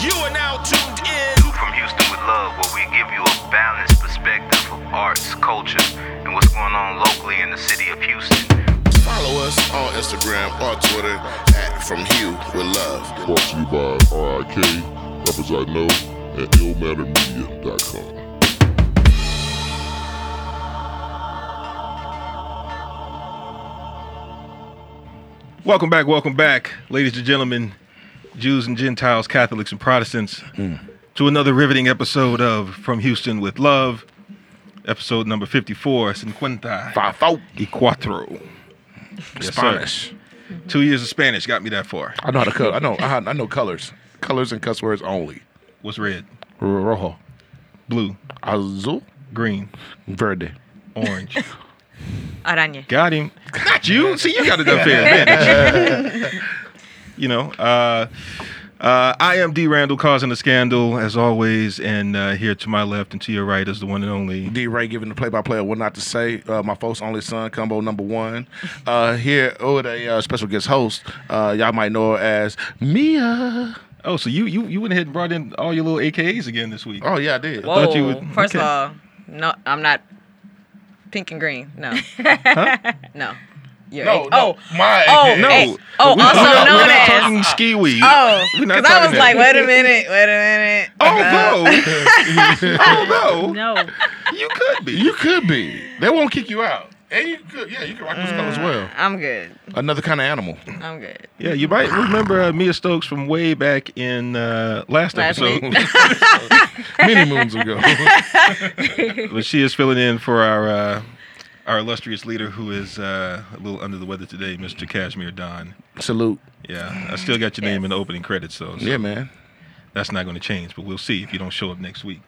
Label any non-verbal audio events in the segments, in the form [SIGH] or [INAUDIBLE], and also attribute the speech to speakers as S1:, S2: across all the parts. S1: You are now tuned in.
S2: From Houston with Love, where we give you a balanced perspective of arts, culture, and what's going on locally in the city of Houston.
S3: Follow us on Instagram or Twitter at From Hugh with Love.
S4: Brought to you by RIK, rappers I know, and illmattermedia.com.
S5: Welcome back, welcome back, ladies and gentlemen, Jews and Gentiles, Catholics and Protestants, to another riveting episode of From Houston with Love, episode number 54, Cinquenta y Cuatro. Yes, sir.
S6: Spanish.
S5: Two years of Spanish got me that far.
S6: I know how to color. I know. I, I know colors. Colors and cuss words only.
S5: What's red,
S6: R- Rojo,
S5: blue,
S6: azul,
S5: green,
S6: verde.
S5: orange?
S7: Araña.
S5: Got him. Not you. See, you got it up there. man. [LAUGHS] you know, uh, uh, I am D. Randall causing a scandal as always, and uh, here to my left and to your right is the one and only.
S6: D. Ray giving the play-by-play of what not to say. Uh, my folks only son, combo number one. Uh, here with a uh, special guest host. Uh, y'all might know her as Mia.
S5: Oh, so you you you went ahead and brought in all your little AKAs again this week.
S6: Oh yeah, I did.
S7: Whoa.
S5: thought you would-
S7: First
S5: okay.
S7: of all, no, I'm not pink and green.
S5: [LAUGHS]
S7: No. No. You're
S6: No,
S7: a-
S6: no,
S7: oh.
S6: my
S7: oh,
S6: AKA.
S5: No.
S7: eh, oh,
S5: We're
S7: also
S5: not- we're
S7: known
S5: not
S7: as.
S5: talking ski weed.
S7: oh,
S5: We're not
S7: because I
S5: talking
S7: was
S5: that. Oh.
S7: like, wait a minute, wait a minute.
S5: Although, although
S8: No.
S5: you could be.
S6: You could be. They won't kick you out. And you could. Yeah, you can rock this color as well.
S7: I'm good.
S6: Another kind of animal.
S7: I'm good.
S5: Yeah, you might remember uh, Mia Stokes from way back in uh, last,
S7: Last
S5: episode. [LAUGHS]
S6: Many moons [LAUGHS] ago.
S5: but she is filling in for our uh, our illustrious leader who is uh, a little under the weather today, Mr. Cashmere Don.
S6: Salute.
S5: Yeah, I still got your name in the opening credits, so, so
S6: Yeah, man.
S5: that's not going to change. But we'll see if you don't show up next week.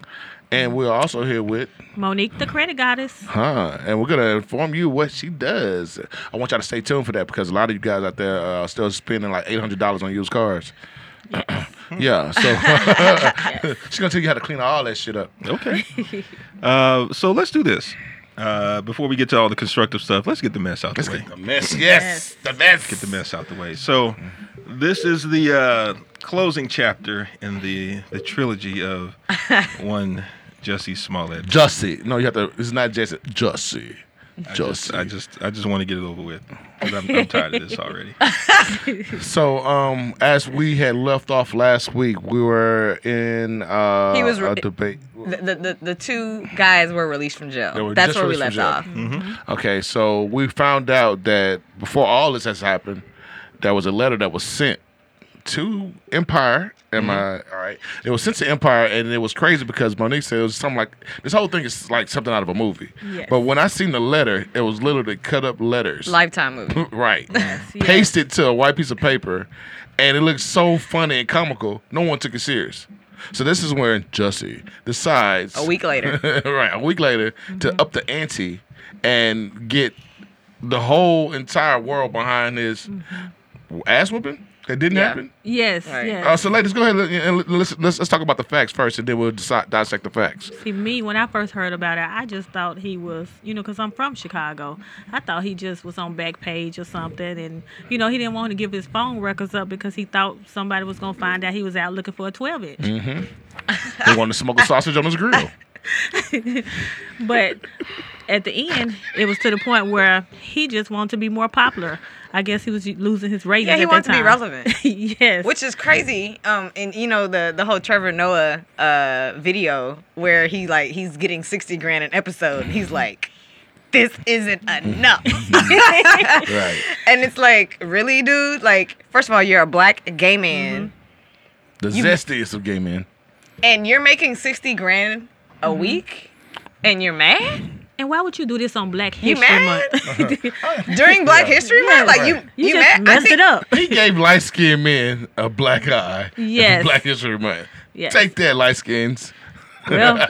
S6: And we're also here with
S8: Monique, the credit goddess.
S6: Huh. And we're going to inform you what she does. I want y'all to stay tuned for that because a lot of you guys out there are still spending like $800 on used cars. [CLEARS THROAT] yeah. So [LAUGHS] she's going to tell you how to clean all that shit up.
S5: Okay. [LAUGHS] uh, so let's do this. Uh, before we get to all the constructive stuff, let's get the mess out the way.
S6: mess. Yes. The mess.
S5: Get the mess out the way. So this is the uh, closing chapter in the the trilogy of one Jesse Smollett.
S6: Jussie. No, you have to. It's not Jesse. Jussie. Jussie.
S5: I just I just want to get it over with. 'cause I'm, I'm tired of this already.
S6: So, um, as we had left off last week, we were in uh,
S7: He was re-
S6: a debate.
S7: The, the, the, the two guys were released from
S6: They
S7: jail.
S6: were
S7: That's
S6: just
S7: where we
S6: released
S7: left
S6: from
S7: off.
S5: Mm-hmm.
S6: Okay, so we found out that before all this has happened, there was a letter that was sent to Empire. Am
S8: Mm-hmm.
S6: I all right? It was sent to Empire, and it was crazy because Monique said it was something like this whole thing is like something out of a movie.
S8: Yes.
S6: But when I seen the letter, it was literally cut up letters.
S7: Lifetime movie.
S6: Right.
S8: [LAUGHS] yes.
S6: Paste it to a white piece of paper, and it looked so funny and comical. No one took it serious. So this is when Jussie decides
S8: Oh,
S7: A week later.
S6: [LAUGHS] right, a week later
S8: Mm-hmm.
S6: to up the ante and get the whole entire world behind his
S8: Mm-hmm.
S6: ass whooping that didn't
S7: Yeah.
S6: happen.
S8: Yes.
S7: Right.
S8: yes.
S6: Uh, so, ladies, go ahead and- and let's, let's let's talk about the facts first, and then we'll decide, dissect the facts.
S8: See, me, when I first heard about it, I just thought he was, you know, because I'm from Chicago. I thought he just was on back page or something. And, you know, he didn't want to give his phone records up because he thought somebody was going to find out he was out looking for a 12 inch.
S7: Mm.
S6: He wanted to
S8: [LAUGHS]
S6: smoke a sausage on his grill.
S8: But at the end, it was to the point where he just wanted to be more popular. I guess he was losing his ratings.
S7: Yeah, he
S8: at that
S7: wanted to be
S8: time.
S7: relevant.
S8: [LAUGHS] yes.
S7: which is crazy. Um, and you know the the whole Trevor Noah uh video where he like he's getting sixty grand an episode. He's like, this isn't enough, [LAUGHS]
S6: Right.
S7: and it's like, really, dude. Like, first of all, you're a black gay man,
S8: Mm-hmm.
S6: The zestiest of gay men.
S7: and you're making sixty grand a
S8: Mm-hmm.
S7: week, and you're
S8: [LAUGHS]
S7: mad
S8: and why would you do this on Black
S7: You
S8: History
S7: mad? [LAUGHS]
S8: Month? [LAUGHS]
S7: during Black History Month. Like you,
S8: you,
S7: you,
S8: just
S7: mad? I
S8: messed
S7: think [LAUGHS]
S8: it up.
S6: He gave light skinned men a black eye. [LAUGHS] at
S8: Yes.
S6: Black History Month.
S8: Yes.
S6: Take that, light skins.
S8: Well,
S7: Whoa,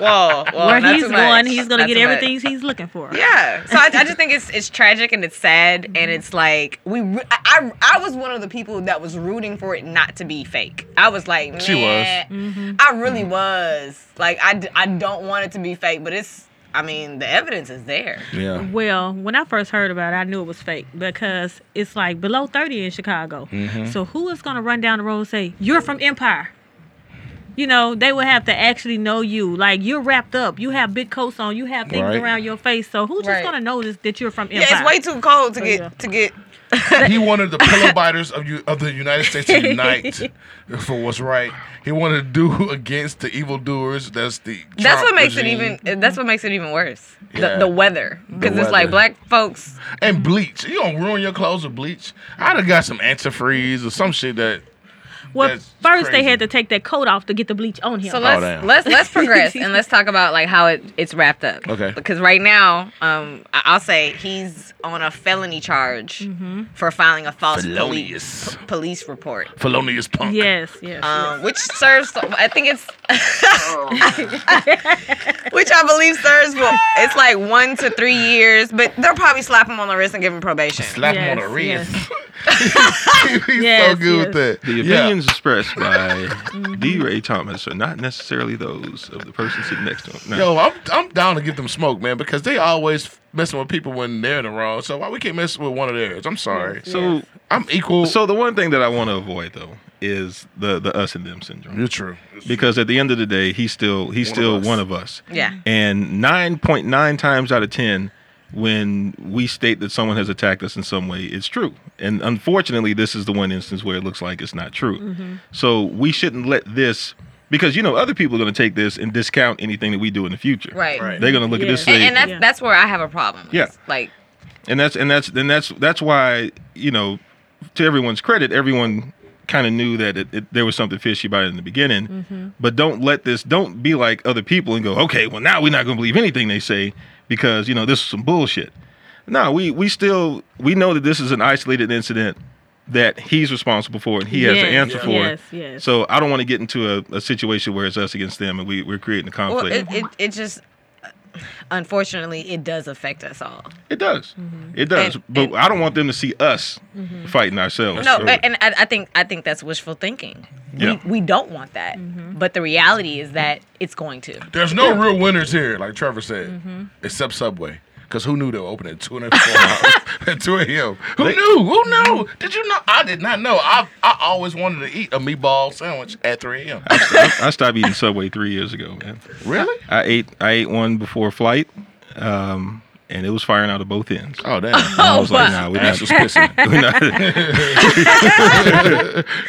S7: whoa,
S8: where
S7: not
S8: he's
S7: too
S8: going,
S7: much.
S8: he's gonna
S7: Not
S8: get
S7: too much.
S8: everything he's looking for.
S7: Yeah. So
S8: [LAUGHS]
S7: I, I just think it's it's tragic and it's sad
S8: Mm-hmm.
S7: and it's like we re- I, I I was one of the people that was rooting for it not to be fake. I was like, man,
S6: She was.
S8: Mm-hmm.
S6: Mm-hmm.
S7: I really was. Like I, d- I don't want it to be fake, but it's I mean the evidence is there.
S6: Yeah.
S8: Well, when I first heard about it, I knew it was fake because it's like
S7: Mm-hmm.
S8: below 30 in Chicago. So who is gonna run down the road and say, You're from Empire? you know, they would have to actually know you. Like you're wrapped up, you have big coats on, you have things
S6: Right.
S8: around your face. So who's just
S7: Right.
S8: gonna notice that you're from Empire?
S7: Yeah, it's way too cold to
S8: Oh,
S7: get
S8: yeah.
S7: to get.
S6: he wanted the
S7: [LAUGHS]
S6: pillow biters of you of the United States to unite for what's right. He wanted to do [LAUGHS] against the evildoers. That's the
S7: That's
S6: Trump
S7: what makes
S6: regime.
S7: it even. That's what makes it even worse.
S6: Yeah.
S7: The, the weather, because
S6: The
S7: it's like
S6: weather.
S7: black folks.
S6: and bleach. You gonna ruin your clothes with bleach? I'd have got some antifreeze or some shit that
S8: Well,
S6: That's
S8: first they
S6: crazy.
S8: had to take that coat off to get the bleach on him.
S7: So let's
S6: Oh, damn.
S7: let's let's progress and let's talk about like how it, it's wrapped up.
S6: Okay.
S7: Because right now, um, I- I'll say he's on a felony charge for filing a false police
S6: Felonious.
S7: p- police report.
S6: felonious punk.
S8: yes, yes.
S7: Um, which serves, I think it's, [LAUGHS] which I believe serves, well, it's like one to three years, but they'll probably slap him on the wrist and give him probation.
S6: Slap him on the
S8: Yes,
S6: wrist. [LAUGHS] He's so
S8: Yes,
S6: good with that.
S5: The
S6: Yeah.
S5: opinions expressed by D. Ray Thomas are not necessarily those of the person sitting next to him. No.
S6: Yo, I'm I'm down to give them smoke, man, because they always messing with people when they're in the wrong. So why we can't mess with one of theirs? I'm sorry.
S5: so,
S6: I'm equal.
S5: so the one thing that I want to avoid though is the the us and them syndrome.
S6: you're true.
S5: because at the end of the day, he's still he's
S6: One of
S5: still
S6: us.
S5: one of us.
S7: Yeah.
S5: And nine point nine times out of ten, when we state that someone has attacked us in some way, it's true. And unfortunately, this is the one instance where it looks like it's not true.
S7: Mm-hmm.
S5: So we shouldn't let this because you know other people are going to take this and discount anything that we do in the future.
S7: Right.
S6: Right.
S5: They're going to look at this
S8: Yeah.
S5: and
S7: And,
S5: say,
S7: and that's,
S8: Yeah.
S7: that's where I have a problem.
S5: Yeah.
S7: Like,
S5: and that's and that's and that's that's why you know to everyone's credit everyone kind of knew that it, it, there was something fishy about it in the beginning but don't let this don't be like other people and go okay well now we're not going to believe anything they say because you know this is some bullshit no we we still we know that this is an isolated incident that he's responsible for and he has an
S8: Yes,
S5: answer for
S8: yes,
S5: it
S8: yes.
S5: so i don't want to get into a, a situation where it's us against them and we, we're creating a
S7: well,
S5: conflict
S7: it, it, it just, unfortunately, it does affect us all.
S5: It does. It does.
S7: And-
S5: but
S7: and- Mm-hmm.
S5: I don't want them to see us fighting ourselves.
S7: No,
S5: So-
S7: a- and I, I think I think that's wishful thinking.
S5: Yeah.
S7: We, we don't want that, but the reality is that it's going to.
S6: There's no real winners here, like Trevor said, except Subway. Because who knew they were open at 2 and 4 hours [LAUGHS] at 2 a.m.? Who knew? Who knew? Did you know? I did not know. I I always wanted to eat a meatball sandwich at
S5: [LAUGHS]
S6: 3 a.m.
S5: I, I stopped eating Subway three years ago, man.
S6: Really?
S5: I ate I ate one before flight, um, and it was firing out of both ends.
S6: [LAUGHS] Oh, damn.
S5: I was like,
S7: wow.
S5: nah, we're
S6: That's
S5: not,
S6: just pissing.
S5: we're not,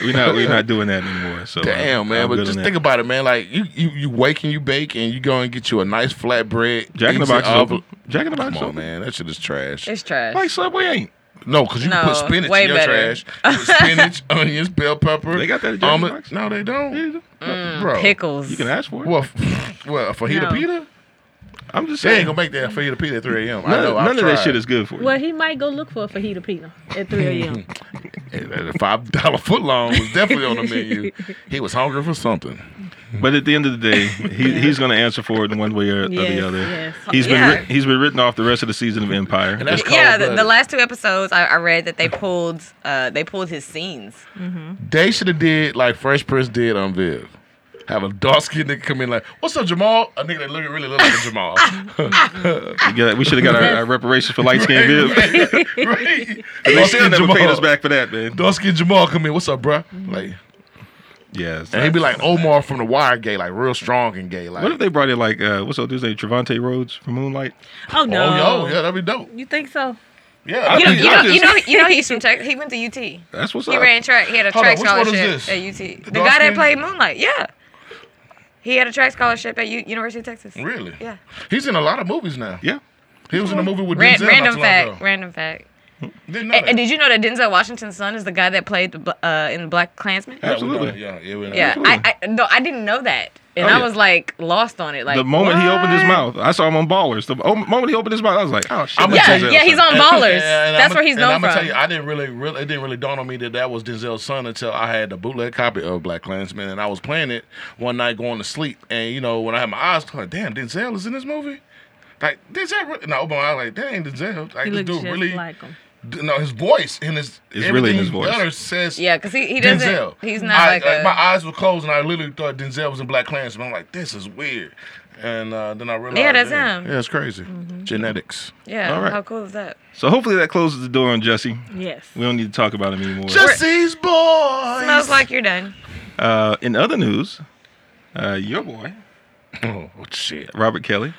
S5: we're not, we're not doing that anymore. So
S6: [LAUGHS] Damn, man. but just think about it, man. Like, you, you, you wake and you bake and you go and get you a nice flatbread.
S5: Jack in the
S6: eat it
S5: Box. Is
S6: all-
S5: open. Jack in the Box.
S6: Come
S5: is
S6: on,
S5: open.
S6: man. That shit is trash.
S7: It's trash.
S5: Like Subway ain't.
S6: No, because you can
S7: No,
S6: put spinach
S7: way
S6: in your
S7: better.
S6: trash. You put
S7: [LAUGHS]
S6: spinach, onions, bell pepper.
S5: They got that at Jack in the Box?
S6: No, they don't. Uh,
S7: Mm,
S6: Bro.
S7: Pickles.
S5: You can ask for it.
S6: [LAUGHS] Well, well, fajita
S8: No.
S6: pita?
S5: I'm just
S6: They
S5: saying.
S6: ain't gonna make that fajita pita at 3 a.m. I
S5: none
S6: know.
S5: none
S6: I've
S5: of that
S6: tried.
S5: shit is good for you.
S8: Well, he might go look for a fajita pina at 3 a.m.
S6: A Five dollar foot long was definitely on the
S7: [LAUGHS]
S6: menu. He was hungry for something.
S5: But at the end of the day, he, he's going to answer for it in one way or, or
S8: Yes,
S5: the other.
S8: yes.
S5: He's been
S7: Yeah.
S5: writ- he's been written off the rest of the season of Empire.
S6: And that's
S7: yeah,
S6: cold
S7: the, the
S6: blooded.
S7: last two episodes, I, I read that they pulled, uh, they pulled his scenes.
S6: They should have did like Fresh Prince did on Viv. Have a dark skinned nigga come in like, "What's up, Jamal?" A nigga that look, really look like
S7: [LAUGHS]
S6: Jamal. [LAUGHS]
S5: we got- we should have got our, our reparations for light
S6: [LAUGHS]
S5: skin Viv.
S6: right?
S5: They should have never paid us back for that, man.
S6: Dark skinned Jamal come in. What's up, bruh? Like,
S5: Yes.
S6: and he'd be like Omar from The Wire, gay, like real strong and gay. Like,
S5: what if they brought in like uh, what's up dude's name Trevante Rhodes from Moonlight?
S8: Oh
S6: Oh,
S8: no.
S6: yo, yeah, that'd be dope.
S8: You think so?
S6: Yeah,
S7: You
S6: that'd
S7: know,
S6: be-
S7: you know,
S6: I
S7: you
S6: just-
S7: know, [LAUGHS] you [LAUGHS] know, he's from Texas. He went to UT. He
S5: That's what's up.
S7: ran track. He had a
S6: Hold on,
S7: track
S6: which one is
S7: scholarship
S6: this?
S7: at UT. The,
S6: dark
S7: guy
S6: skin-
S7: that played Moonlight, yeah, he had a track scholarship at U- University of Texas.
S6: Really?
S7: Yeah.
S6: He's in a lot of movies now.
S5: Yeah.
S6: He was in a movie with
S7: Ran-
S6: Denzel not
S7: random
S6: too long
S7: fact.
S6: ago.
S7: Random fact.
S6: Didn't know
S7: And,
S6: that.
S7: and did you know that Denzel Washington's son is the guy that played the, bl- uh, in Black Klansman?
S6: Yeah, we
S5: Absolutely.
S6: know. Yeah, yeah, we know.
S7: Yeah, I, I no, I didn't know that, and
S5: Oh,
S7: I
S5: yeah.
S7: was like lost on it. Like
S5: the moment he opened his
S7: what?
S5: mouth, I saw him on Ballers. The o- moment he opened his mouth, I was like, oh shit.
S6: I'ma
S5: that's
S7: Yeah,
S6: tell you-
S5: Denzel.
S7: yeah, he's on Ballers. That's
S6: I'ma-
S7: where he's
S6: and
S7: known
S6: I'ma
S7: from.
S6: tell you, I didn't really, really, it didn't really dawn on me that that was Denzel's son until I had the bootleg copy of Black Klansman, and I was playing it one night going to sleep, and you know when I had my eyes closed, damn, Denzel is in this movie. Like Denzel, really? and I opened my eyes like, dang, Denzel, like
S8: He
S6: this
S8: looks
S6: dude
S8: just
S6: really,
S8: like him.
S6: d- no, his voice and his,
S5: It's really
S6: everything
S5: his
S6: he
S5: voice.
S6: utters says,
S7: yeah, because he, he doesn't.
S6: Denzel.
S7: He's not
S6: I-
S7: like
S6: I-
S7: a.
S6: my eyes were closed, and I literally thought Denzel was in Black Klansman. I'm like, this is weird, and uh, then I realized,
S7: that's
S6: yeah,
S7: him. Mm-hmm.
S6: Yeah, it's crazy. Genetics.
S7: yeah.
S5: All right.
S7: How cool is that?
S5: So hopefully that closes the door on Jesse.
S8: Yes.
S5: We don't need to talk about him anymore.
S6: Jesse's boy.
S7: Smells like you're done.
S5: Uh, in other news, Uh, your boy,
S6: Oh, shit.
S5: Robert Kelly,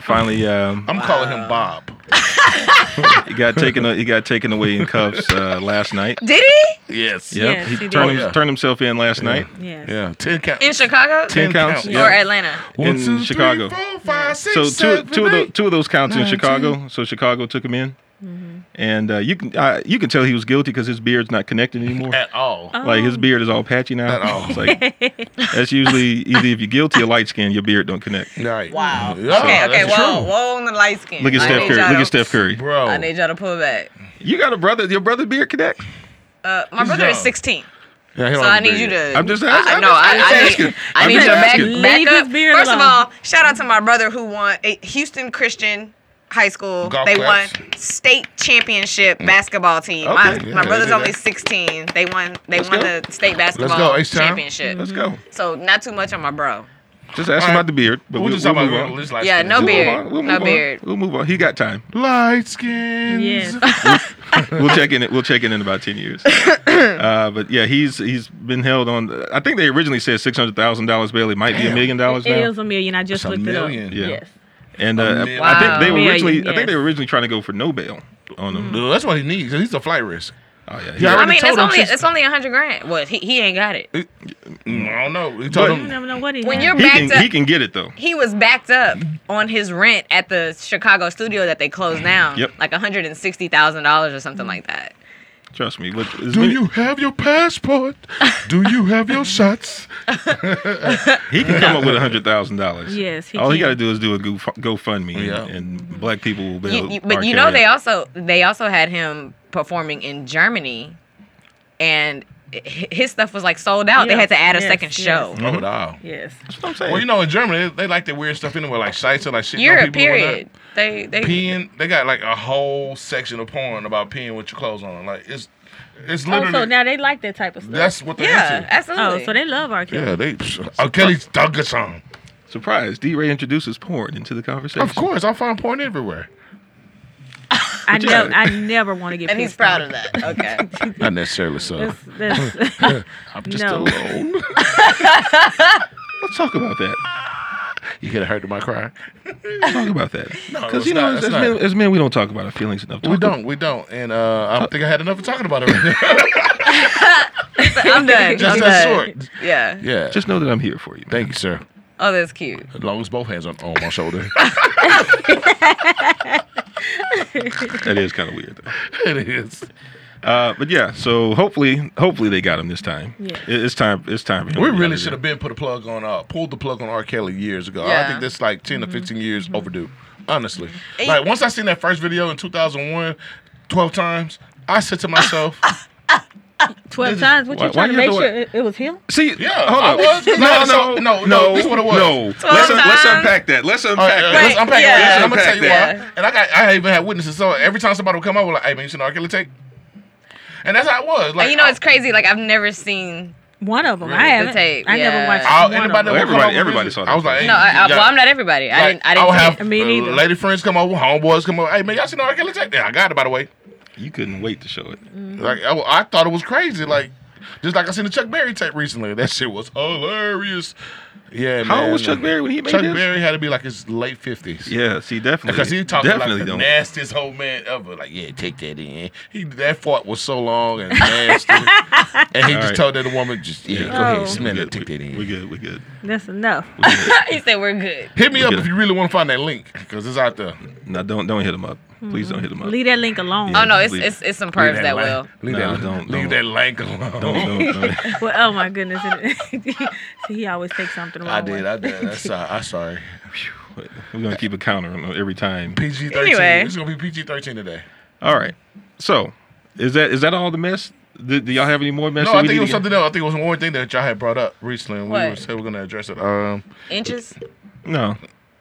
S5: finally um,
S6: I'm calling him Bob.
S5: he
S6: [LAUGHS]
S5: got taken he got taken away in cuffs uh, last night.
S7: Did he?
S6: Yes.
S5: Yep,
S8: Yes,
S5: he,
S8: he
S5: turned,
S8: did.
S5: him- turned himself in last night.
S8: Yes.
S6: Yeah. Ten count.
S7: In Chicago?
S5: Ten counts.
S6: counts.
S5: yeah.
S7: Or Atlanta?
S6: One,
S5: in
S6: two, three,
S5: Chicago.
S6: four, five, six,
S5: so two
S6: seven,
S5: two of the,
S6: eight.
S5: two of those counts in
S6: Nine,
S5: Chicago. So Chicago took him in, and uh, you can uh, you can tell he was guilty because his beard's not connected anymore.
S6: at all.
S7: Uh-huh.
S5: Like his beard is all patchy now.
S6: At
S5: [LAUGHS]
S6: all.
S5: It's
S8: [LAUGHS]
S5: like that's usually either if you're guilty or light skinned, your beard don't connect.
S6: Right.
S7: Wow.
S6: Yeah,
S7: okay, okay,
S6: that's
S7: whoa,
S6: true.
S7: whoa on the light skin.
S5: Look at
S7: I
S5: Steph
S7: need
S5: Curry.
S7: y'all
S5: Look
S7: to-
S5: at Steph Curry.
S6: Bro.
S7: I need y'all to pull back.
S5: You got a brother. Your brother beard connect.
S7: Uh, my brother is
S6: young.
S7: 16.
S6: Yeah, he
S7: So
S6: don't
S7: I
S6: have a
S7: need you
S6: beard yet.
S7: to.
S5: I'm just
S7: I- I,
S5: asking.
S7: no,
S5: I'm just
S7: I, I
S5: asking.
S7: need, I
S5: I'm
S7: need you
S5: just
S7: to back,
S5: asking.
S7: back
S8: Leave
S7: up.
S8: his beard
S7: First of
S8: alone.
S7: all, shout out to my brother who won a Houston Christian High School.
S6: Golf
S7: they
S6: claps.
S7: won state championship basketball team.
S5: Mm. Okay,
S7: my
S5: yeah,
S7: my
S5: let's
S7: brother's
S6: do
S7: only
S6: that.
S7: 16. They won. They
S5: Let's
S7: won
S5: go.
S7: the state basketball
S6: go, H-Town.
S7: championship.
S5: Let's go.
S7: So not too much on my bro.
S5: Just ask him
S6: All
S5: about the beard. But
S6: We'll
S5: we'll,
S6: just
S5: we'll
S6: talk about
S5: move
S6: it
S5: on.
S6: on this light
S7: Yeah,
S6: skin.
S7: no
S5: We'll move
S7: beard.
S5: on. We'll
S7: No
S5: move on.
S7: beard.
S5: We'll move on. He got time.
S6: Light skins.
S8: Yes.
S5: We'll check in. We'll check in in about ten years. Uh, but yeah, he's he's been held on. I think they originally said six hundred thousand dollars bail. It might be a
S6: Damn.
S5: million dollars
S8: It
S5: now.
S8: is a million. I
S6: It's
S8: just
S6: a
S8: looked
S6: million.
S8: it up.
S5: Yeah.
S8: Yes.
S5: and uh,
S6: million.
S5: I think they
S7: Wow.
S5: were originally.
S8: Million,
S5: I think they
S8: yes.
S5: were originally trying to go for no bail on
S7: Hmm.
S5: him.
S6: [LAUGHS] No, that's what he needs. He's a flight risk.
S5: Oh yeah.
S6: Yeah,
S7: I
S6: already
S7: mean,
S6: told
S7: it's
S6: him
S7: only
S6: she's-
S7: it's only a hundred grand. Well, he, he ain't got it.
S6: Mm, I don't know. He told
S5: But-
S8: You
S6: him.
S8: never know what he
S7: When
S8: had.
S7: you're
S5: he
S7: backed
S5: can
S7: up,
S5: he can get it though.
S7: he was backed up on his rent at the Chicago studio that they closed down.
S5: Yep.
S7: Like $160,000 or something like that.
S5: Trust me. But as
S6: Do
S5: many-
S6: you have your passport? Do you have your shots?
S5: He can come up with a
S7: [LAUGHS]
S5: hundred thousand dollars.
S8: Yes, he
S5: All he
S8: can.
S5: got to do is do a Go GoFundMe, and-
S6: Yeah.
S5: and, black people will bail.
S7: You- you- but
S5: R.
S7: you know
S5: Kelly
S7: they
S5: out.
S7: also they also had him performing in Germany and hi- his stuff was like sold out. They
S8: Yes,
S7: had to add a
S8: yes,
S7: second
S8: yes.
S7: show.
S6: [LAUGHS] Oh, wow.
S8: Yes.
S5: That's what I'm saying.
S6: Well, you know, in Germany, they, they like that weird stuff anyway, like shites or like shit.
S7: Europe,
S6: people doing that.
S7: period. They they
S6: Peeing. They got like a whole section of porn about peeing with your clothes on. Like it's, it's
S8: Oh,
S6: literally.
S8: so now they like that type of stuff.
S6: that's what they
S7: Yeah,
S6: into.
S7: absolutely.
S8: Oh, so they love R. Kelly.
S6: Yeah, they. R. Kelly's dug us on.
S5: surprise. D. Ray introduces porn into the conversation.
S6: Of course, I find porn everywhere.
S8: I
S5: Yeah.
S8: never, I never want to get.
S7: and he's
S8: pissed
S7: proud
S8: off.
S7: of that. [LAUGHS] Okay.
S6: Not necessarily so.
S8: That's, that's,
S6: I'm
S8: just no.
S6: alone.
S5: Let's talk about that.
S6: you could have heard my cry.
S5: Let's talk about that.
S6: [LAUGHS]
S5: Because
S6: it's
S5: you know,
S6: not,
S5: as, as
S6: it's not.
S5: men, as men, we don't talk about our feelings enough.
S6: We
S5: Talk-
S6: don't, we don't, and uh, I don't think I had enough of talking about it. Right now. [LAUGHS]
S7: I'm done.
S6: Just
S7: I'm
S6: that
S7: done.
S6: short.
S7: Yeah.
S6: Yeah.
S5: Just know that I'm here for you. man.
S6: Thank you, sir.
S7: Oh, that's cute.
S6: As long as both hands on, on my [LAUGHS] shoulder.
S5: That is kind of weird. Though.
S6: it is.
S5: Uh, but yeah, so hopefully, hopefully they got him this time.
S8: Yeah.
S5: It- it's time. It's time. For him
S6: We
S5: to be out
S6: really
S5: of
S6: should have
S5: there.
S6: been put a plug on, uh, pulled the plug on R. Kelly years ago. I
S7: Yeah.
S6: think that's like 10 or 15 years overdue, honestly. Like, once I seen that first video in 2001, 12 times, I said to [LAUGHS] myself,
S8: Twelve times. What
S5: Why-
S8: you
S5: why
S8: trying to
S5: you
S8: make
S5: do
S8: sure
S5: it?
S8: it, it was him?
S5: See,
S6: Yeah,
S5: hold
S6: I
S5: up.
S6: was, 'cause I-
S5: no,
S6: so-
S5: no,
S6: no,
S5: no,
S6: this what it was.
S5: no. Let's,
S7: Twelve
S5: un- let's
S7: times.
S5: unpack that. Let's
S6: All right,
S5: unpack
S6: all
S5: that.
S6: right, let's
S7: Wait,
S6: unpack
S7: yeah.
S6: it. I'm gonna tell you
S7: Unpack
S6: why. And I got, I even had witnesses. So every time somebody would come, I was like, "Hey man, you seen R. Kelly take?" And that's how it was. Like,
S7: and you know
S6: I-
S7: it's crazy. Like I've never seen.
S8: One of them.
S6: Really?
S8: I haven't.
S7: tape,
S8: I
S7: yeah.
S8: never watched.
S6: I'll,
S8: one of
S6: anybody that
S5: Well,
S6: would
S8: them.
S6: come
S5: everybody-
S6: over,
S5: everybody
S6: visit-
S5: saw
S6: I was
S5: that.
S6: like, hey,
S7: No, I, I,
S6: you
S7: well,
S6: got-
S7: I'm not everybody. I didn't. I
S6: Like,
S7: didn't.
S6: would
S7: see
S6: have
S7: it.
S8: Me
S6: uh,
S8: neither.
S6: lady friends come over, homeboys come over. Hey man, y'all seen R. Kelly take? Yeah, I got it by the way.
S5: You couldn't wait to show it.
S7: Mm-hmm.
S6: Like I, I thought it was crazy. Like just like I seen the Chuck Berry tape recently. That shit was hilarious. Yeah, man.
S5: How old was Chuck Berry when he made
S6: Chuck
S5: this?
S6: Berry had to be like his late fifties.
S5: Yeah, see, definitely.
S6: Because he talked
S5: definitely
S6: like the
S5: don't.
S6: nastiest old man ever. Like, yeah, take that in. He that fart was so long and nasty, and
S5: [LAUGHS]
S6: he just
S5: right.
S6: told that woman, just yeah, go
S8: Oh.
S6: ahead, smell
S5: We're
S6: it, take
S5: good.
S6: that
S5: We,
S6: in.
S5: we good. We good.
S8: That's enough.
S7: [LAUGHS] he said we're good.
S6: Hit me
S5: We're
S6: up
S5: good.
S6: if you really want to find that link, because it's out there.
S5: No, don't don't hit him up. Please don't hit him up.
S8: Leave that link alone.
S5: Yeah.
S7: Oh no, it's
S5: Leave-
S7: it's, it's some pervs that
S6: lank-
S7: will.
S6: Leave
S5: Nah,
S6: that,
S5: don't-
S6: leave
S5: don't.
S6: that lank alone.
S5: Don't, don't, [LAUGHS] don't.
S8: Well, oh my goodness. See, [LAUGHS] he always takes something wrong.
S6: I did,
S8: Way.
S6: I did. That's uh, I'm sorry.
S5: We're gonna keep a counter on every time.
S6: PG thirteen.
S7: Anyway.
S6: It's gonna be PG thirteen today.
S5: All right. So, is that is that all the mess? Do, do y'all have any more mess?
S6: No,
S5: that
S6: I
S5: we
S6: think
S5: need
S6: it was
S5: to
S6: something else. I think it was one thing that y'all had brought up recently, and we
S7: What?
S6: were, said we are gonna address it. Um,
S7: Inches.
S5: get- No.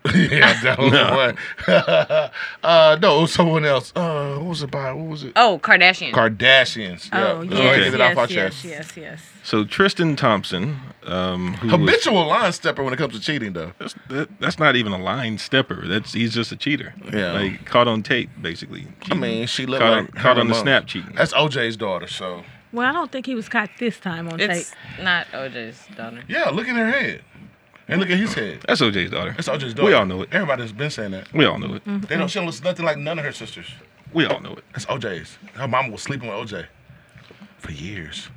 S6: [LAUGHS] yeah, that was no. one. [LAUGHS] uh, no, it was someone else. Uh, what was it by? What was it?
S7: Oh, Kardashian.
S6: Kardashians.
S8: Oh
S6: yeah. Let's go ahead
S8: yes,
S6: and
S8: yes,
S6: get it off our
S8: yes,
S6: chest.
S8: yes, yes, yes.
S5: So Tristan Thompson, um, who was-
S6: Habitual line stepper when it comes to cheating, though.
S5: that's, that, that's not even a line stepper. That's he's just a cheater.
S6: Yeah.
S5: Like caught on tape, basically.
S6: I mean, she looked
S5: Mm-hmm. Caught on-
S6: like her
S5: caught on the
S6: mom.
S5: snap cheating.
S6: That's OJ's daughter, so
S8: Well, I don't think he was caught this time on tape.
S7: It's not OJ's daughter.
S6: yeah. Look in her head. And look at his head.
S5: That's OJ's daughter.
S6: That's all just
S5: We all know it.
S6: Everybody's been saying that.
S5: We all know it.
S6: They don't. She don't look nothing like none of her sisters.
S5: We all know it.
S6: That's OJ's. Her mama was sleeping with OJ for years.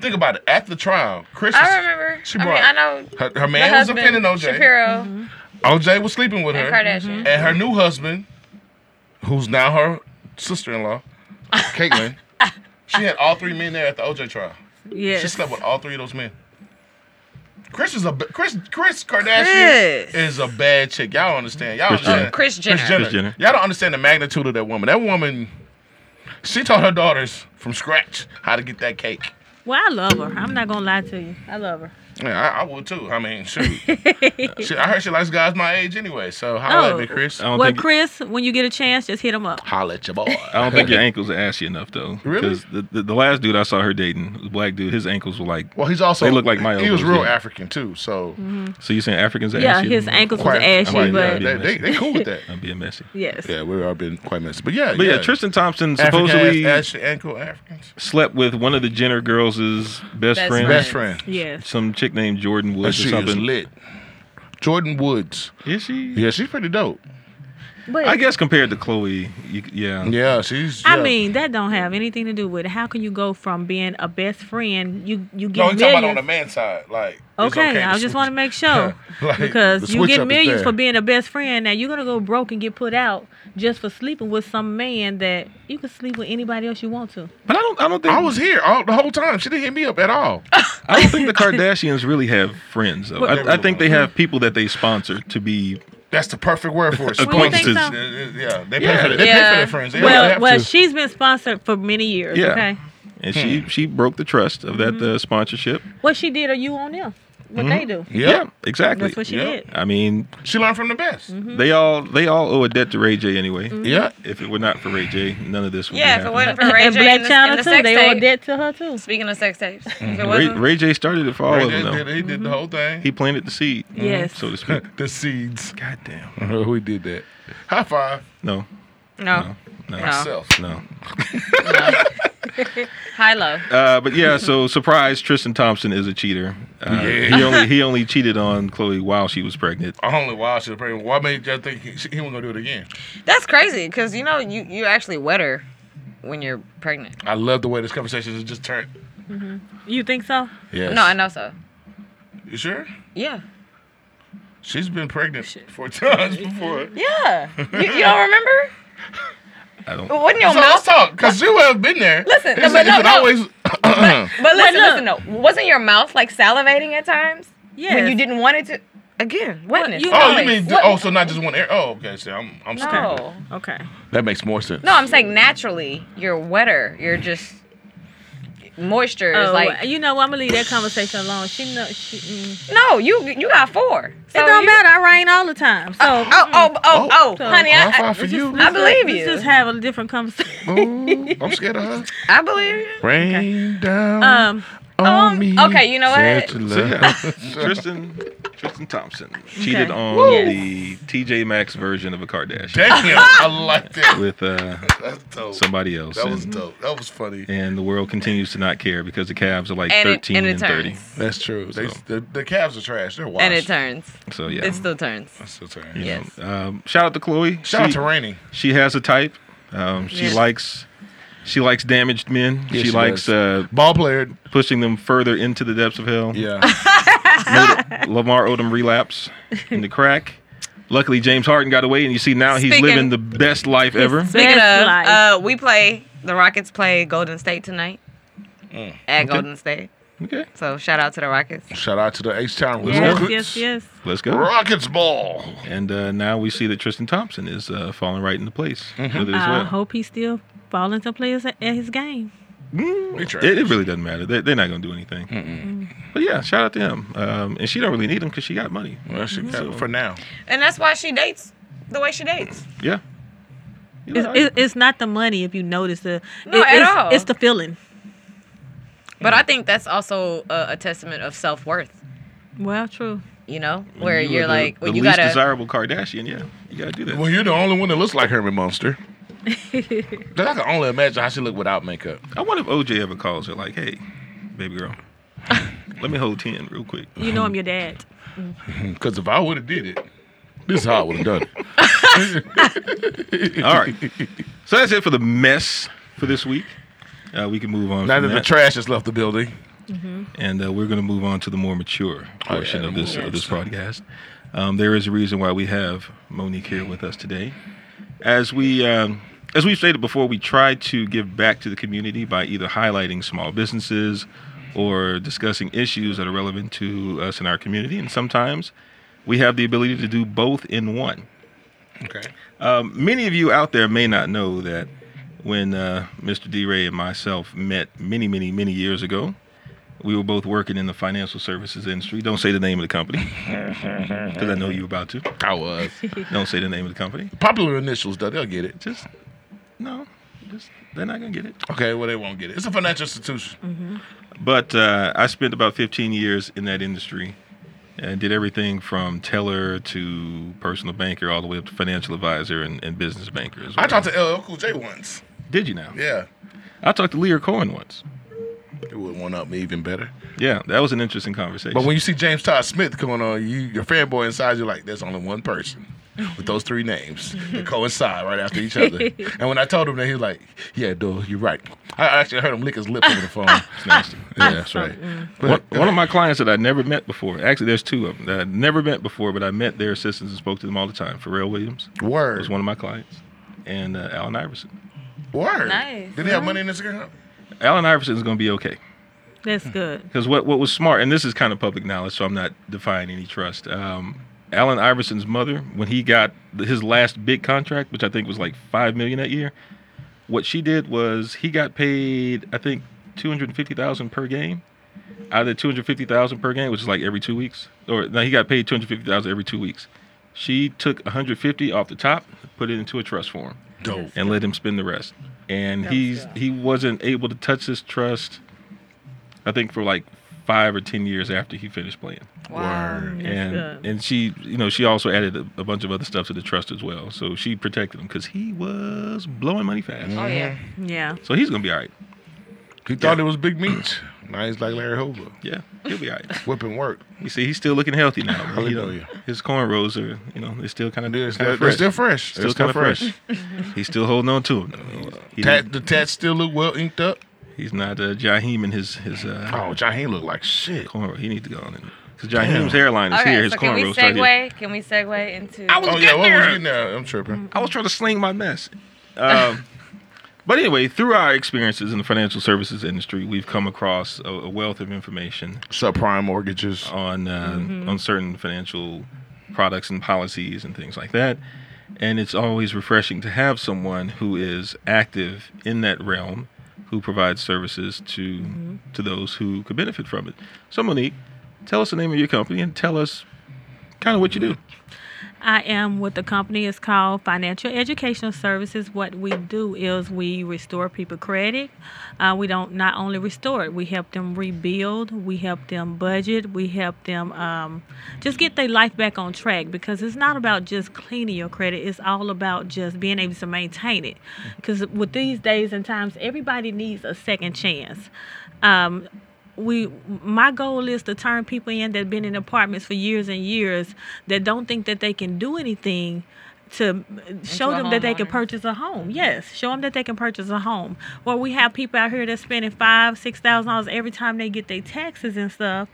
S6: Think about it. After the trial, Chris.
S7: I
S6: was-
S7: remember.
S6: She
S7: I
S6: brought.
S7: mean, I know.
S6: Her, her
S7: the
S6: man was
S7: husband,
S6: offending OJ.
S7: Shapiro
S6: OJ was sleeping with her.
S7: and Kardashian.
S6: And her new husband, who's now her sister-in-law, Caitlyn. she had all three men there at the OJ trial. She
S8: Yes.
S6: slept with all three of those men. Chris is a b- Chris Chris Kardashian
S9: Chris.
S6: is a bad chick. Y'all understand? Y'all understand?
S5: Jenner.
S9: Kris Jenner.
S5: Kris Jenner.
S6: Y'all don't understand the magnitude of that woman. That woman, she taught her daughters from scratch how to get that cake.
S8: Well, I love her. I'm not gonna lie to you. I love her.
S6: Yeah, I, I would too. I mean, shoot. she, I heard she likes guys my age anyway. So holla at
S8: Oh.
S6: me, Chris.
S5: I don't
S8: Well,
S5: think-
S8: Chris, when you get a chance, just hit him up.
S6: Holla at your boy.
S5: I don't think your ankles are ashy enough though.
S6: Really?
S5: 'Cause The, the, the last dude I saw her dating, the black dude, his ankles were like.
S6: [LAUGHS] Well, he's also
S5: They look like my
S6: He was
S5: elbows,
S6: real
S5: yeah.
S6: African too. So
S5: So you saying Africans are
S8: Yeah,
S5: ashy?
S8: his
S5: Mm,
S8: ankles Mm-hmm. was ashy,
S6: quite-
S8: but
S6: yeah, they, they, they cool with that.
S5: I'm being messy.
S8: yes.
S6: [LAUGHS] yeah, we are being quite messy. But yeah,
S5: But yeah, Tristan Thompson
S6: African
S5: supposedly
S6: ass- ashy ankle Africans.
S5: slept with one of the Jenner girls' best,
S9: Best
S5: friends.
S6: Best friend.
S8: Yes.
S5: Some chick named Jordan
S6: That
S5: Woods or
S6: shit is
S5: something.
S6: lit. Jordan Woods.
S5: Is she?
S6: Yeah, she's pretty dope.
S8: But
S5: I guess compared to Chloe, you, yeah.
S6: Yeah, she's.
S8: I
S6: yeah.
S8: mean, that don't have anything to do with it. How can you go from being a best friend, you you
S6: No, we
S8: get
S6: talking about on
S8: millions?
S6: the man side, like. it's
S8: Okay,
S6: to
S8: I just
S6: switch-
S8: want to make sure
S6: [LAUGHS] Like, the
S8: because you
S6: switch
S8: get
S6: up is
S8: millions
S6: there.
S8: for being a best friend. Now you're gonna go broke and get put out just for sleeping with some man that you could sleep with anybody else you want to.
S5: But I don't. I don't think.
S6: I was here all, the whole time. She didn't hit me up at
S8: [LAUGHS]
S6: all.
S5: I don't think the Kardashians really have friends. Though. I, I think they have people that they sponsor to be.
S6: That's the perfect word [LAUGHS] for it.
S5: Acquaintances.
S6: Yeah, yeah, they pay
S5: Yeah.
S6: for their, they pay for
S9: Yeah.
S6: their friends. They don't
S8: Well,
S6: have
S8: well,
S6: to.
S8: she's been sponsored for many years.
S5: Yeah.
S8: Okay,
S5: And
S6: Hmm.
S5: she she broke the trust of that
S8: Mm-hmm.
S5: uh, sponsorship.
S8: what she did, are you on them? What they do?
S6: yeah.
S5: exactly.
S8: That's what she
S6: Mm-hmm. Yeah.
S8: did.
S5: I mean,
S6: she learned from the best.
S8: Mm-hmm.
S5: they all they all owe a debt to Ray J anyway.
S6: Yeah,
S5: If it were not for Ray J, none of this would
S7: Yeah, if
S5: be happening.
S7: it wasn't for
S8: [LAUGHS]
S7: Ray
S8: and
S7: J
S8: Black
S7: and the, and
S8: China
S7: the
S8: too.
S7: sex
S8: They owe
S7: tape.
S8: debt to her too.
S7: Speaking of sex tapes, if
S6: Mm-hmm.
S7: it
S5: Ray,
S7: wasn't,
S5: Ray J started it for all
S6: Ray
S5: of
S6: J
S5: them.
S6: did,
S5: Though.
S6: he did the
S9: Mm-hmm.
S6: whole thing.
S5: He planted the seed,
S8: Yes.
S5: so to speak. [LAUGHS]
S6: the seeds.
S5: God damn.
S6: [LAUGHS] we did that. High five.
S5: No,
S9: No. [LAUGHS]
S5: no,
S6: Myself.
S5: no.
S7: high low.
S5: Uh, but yeah,
S8: [LAUGHS]
S5: so surprise, Tristan Thompson is a cheater. Uh,
S6: Yeah.
S5: He only he only cheated on Chloe while she was pregnant.
S6: I don't know why she was pregnant. Why made y'all think he, she, he wasn't gonna do it again?
S9: That's crazy because you know you you're actually wetter when you're pregnant.
S6: I love the way this conversation has just turned.
S8: You think so?
S6: Yes.
S9: No, I know so.
S6: You sure?
S9: Yeah.
S6: She's been pregnant four [LAUGHS] times before.
S9: Yeah. you, you don't remember?
S5: I don't.
S9: Wasn't your
S6: So
S9: mouth?
S6: let's talk, cause you have been there.
S9: Listen,
S6: It's-
S9: but no,
S6: it's
S9: no.
S6: always. [CLEARS THROAT]
S9: But listen,
S8: look.
S9: listen. No, wasn't your mouth like salivating at times
S8: Yes.
S9: when you didn't want it to? Again, wetness.
S8: you-
S6: Oh, you
S9: always.
S6: mean
S9: What-
S6: oh, so not just one air? Oh, okay. See, I'm I'm stupid.
S9: No.
S8: Okay.
S6: That makes more sense.
S9: No, I'm saying naturally, you're wetter. You're just moisture is
S8: Oh,
S9: like
S8: you know, what? I'm gonna leave that conversation alone. She know she. Mm.
S9: no. You you got four. So
S8: it don't
S9: you-
S8: matter. I rain all the time. So
S9: Oh oh oh oh, oh,
S8: So-
S9: honey,
S6: High
S9: I,
S6: five
S9: I,
S6: for you.
S8: let's
S9: believe
S8: let's
S9: you.
S8: just have a different conversation.
S6: Ooh, I'm
S9: [LAUGHS]
S6: scared of her.
S9: I believe you.
S6: Rain down
S8: [LAUGHS] Um,
S6: on
S9: um,
S6: me.
S9: okay, you know what?
S6: such
S5: So
S6: love.
S5: yeah,
S6: [LAUGHS]
S5: Tristan Tristan Thompson cheated
S8: Okay.
S5: on the TJ Maxx version of a Kardashian
S6: Damn, I like that.
S5: with uh,
S6: That's dope.
S5: somebody else.
S6: That
S5: and,
S6: was dope. That was funny.
S5: and the world continues to not care because the Cavs are like
S9: And it,
S5: 13
S9: and
S5: and,
S9: it
S5: 30.
S9: turns.
S6: That's true. They,
S5: So-
S6: the, the calves are trash. They're washed.
S9: And it turns.
S5: So yeah.
S9: It still turns.
S6: That's so trash.
S5: you know,
S9: Yes.
S5: um, shout out to Chloe.
S6: Shout out
S5: she,
S6: to Rainy.
S5: She has a type. Um, she
S8: Yes.
S5: likes she likes damaged men.
S6: Yeah,
S5: she,
S6: she
S5: likes uh,
S6: Ball player.
S5: pushing them further into the depths of hell.
S6: Yeah. [LAUGHS]
S5: Made Lamar Odom relapse in the crack. Luckily, James Harden got away, and you see now he's
S9: Speaking-
S5: living the best life ever.
S9: Speaking
S8: Best
S9: of,
S8: life.
S9: uh, we play the Rockets play Golden State tonight at Golden State.
S5: Okay,
S9: So shout out to the Rockets.
S6: Shout out to the H Town
S8: yes, yes, yes.
S5: let's go.
S6: Rockets ball.
S5: And uh, now we see that Tristan Thompson is uh, falling right into place
S6: Mm-hmm.
S5: with it as
S8: I
S5: well.
S8: hope he still falling to players at, at his game.
S9: Uh,
S6: They trash.
S5: It, it really doesn't matter. They, they're not going to do anything. But yeah, shout out to him. Um, and she don't really need him because she got money.
S6: Well, she got it for now.
S9: And that's why she dates the way she dates.
S5: Yeah. You're
S8: It's,
S5: right.
S8: it's, it's not the money if you notice the.
S9: No,
S8: it-
S9: at
S8: it's,
S9: all.
S8: It's the feeling.
S9: But I think that's also a, a testament of self worth,
S8: Well, true.
S9: you know,
S5: When
S9: where
S5: you
S9: you are
S5: are the-
S9: like,
S5: the,
S9: well, you
S5: least
S9: gotta.
S5: desirable Kardashian. Yeah, you got to do that.
S6: Well, you're the only one that looks like Herman
S9: [LAUGHS]
S6: Monster. Then I can only imagine how she looked without makeup.
S9: [LAUGHS]
S5: I wonder if OJ ever calls her like, "Hey, baby girl, Let me hold ten real [LAUGHS] quick.
S8: You know I'm your dad.
S6: Because Hmm. if I would have did it, this is how I would have done it.
S5: All right. So that's it for the mess for this week. Uh, we can move on.
S6: [LAUGHS] Now
S5: from
S6: that the
S5: that.
S6: trash has left the building,
S5: and uh, we're going to move on to the more mature
S6: Oh, yeah,
S5: portion
S6: the
S5: of
S6: more
S5: this of this podcast. Um, there is a reason why we have Monique here with us today. As we um, as we've stated before, we try to give back to the community by either highlighting small businesses or discussing issues that are relevant to us in our community. And sometimes we have the ability to do both in one.
S6: okay,
S5: Um, many of you out there may not know that when uh, Mr. D. Ray and myself met many, many, many years ago, we were both working in the financial services industry. Don't say the name of the
S6: [LAUGHS]
S5: company because I know you were about to.
S9: [LAUGHS]
S6: I was
S5: Don't say the name of the company.
S6: popular initials though. They'll get it.
S5: Just no, just they're not gonna get it.
S6: Okay, well they won't get it. It's a financial institution.
S5: But uh, I spent about 15 years in that industry and did everything from teller to personal banker, all the way up to financial advisor and, and business banker. As well.
S6: I talked to LL Cool J once.
S5: Did you now?
S6: Yeah,
S5: I talked to Lear Cohen once.
S6: it would one up me even better.
S5: Yeah, that was an interesting conversation.
S6: But when you see James Todd Smith coming on, you your fanboy inside, you're like, there's only one person with those three names that coincide right after each other. and when I told him that, he was like, yeah, dude, you're right. I actually heard him lick his lip over the phone.
S5: It's nasty.
S6: Yeah, that's right.
S5: one, one of my clients that I never met before. Actually, there's two of them that I never met before, but I met their assistants and spoke to them all the time. Pharrell Williams
S6: uh, Word.
S5: was one of my clients, and uh, Allen Iverson.
S6: Word.
S8: Nice.
S6: Did he have money in his account?
S5: Allen Iverson is going to be okay
S8: That's good.
S5: because what what was smart, and this is kind of public knowledge, so I'm not defying any trust. Um, Allen Iverson's mother, when he got th- his last big contract, which I think was like five million that year, what she did was he got paid, I think, two hundred fifty thousand per game. Out of two hundred fifty thousand per game, which is like every two weeks, or no, he got paid two hundred fifty thousand every two weeks. She took one hundred fifty off the top, put it into a trust for him
S6: Dope.
S5: and let him spend the rest. And he's he wasn't able to touch his trust. I think for like five or ten years after he finished playing.
S9: Wow.
S8: That's
S5: and
S8: good.
S5: and she you know she also added a, a bunch of other stuff to the trust as well. So she protected him because he was blowing money fast.
S6: Mm-hmm.
S9: Oh yeah.
S8: Yeah.
S5: So he's gonna be all right.
S6: He thought it was Big Meats. Now he's like Larry Hoover,
S5: Yeah, he'll be all right.
S6: whipping work.
S5: You see, he's still looking healthy now. but, you know,
S6: Hallelujah.
S5: his cornrows are you know they're still kind of
S6: They're,
S5: fresh.
S6: still- they're still fresh.
S5: Still kind of fresh. he's still holding on to him. He-
S6: Tat, the tats still look well inked up.
S5: he's not uh, Jaheim in his his uh,
S6: Oh, Jaheen look like shit.
S5: cornrow. He needs to go on in. Because Jaheim's hairline is
S9: All
S5: here.
S9: right.
S5: His
S9: So can we
S5: cornrows right here.
S9: segue? Can we segue into?
S5: I was
S6: Oh yeah,
S5: getting
S6: what was
S5: there.
S6: getting there? I'm tripping.
S5: I was trying to sling my mess. Um, [LAUGHS] but anyway, through our experiences in the financial services industry, we've come across a, a wealth of information
S6: Subprime mortgages.
S5: on uh,
S9: Mm-hmm.
S5: on certain financial products and policies and things like that. And it's always refreshing to have someone who is active in that realm, who provides services to
S9: Mm-hmm.
S5: to those who could benefit from it. So Monique, tell us the name of your company and tell us kind of what you do.
S8: I am what the company is called Financial Educational Services. What we do is we restore people credit. Uh, we don't not only restore it, we help them rebuild, we help them budget, we help them um, just get their life back on track because it's not about just cleaning your credit, it's all about just being able to maintain it. Because with these days and times, everybody needs a second chance. Um, we my goal is to turn people in that have been in apartments for years and years that don't think that they can do anything to show
S9: a
S8: them that they can
S9: homeowner.
S8: purchase a home. Yes, show them that they can purchase a home. Well, we have people out here that's spending five, six thousand dollars every time they get their taxes and stuff,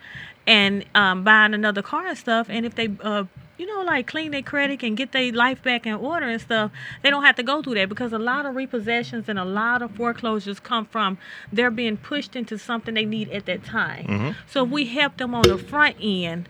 S8: and um, buying another car and stuff. And if they, uh, you know, like clean their credit and get their life back in order and stuff, they don't have to go through that because a lot of repossessions and a lot of foreclosures come from they're being pushed into something they need at that time. So if we help them on the front end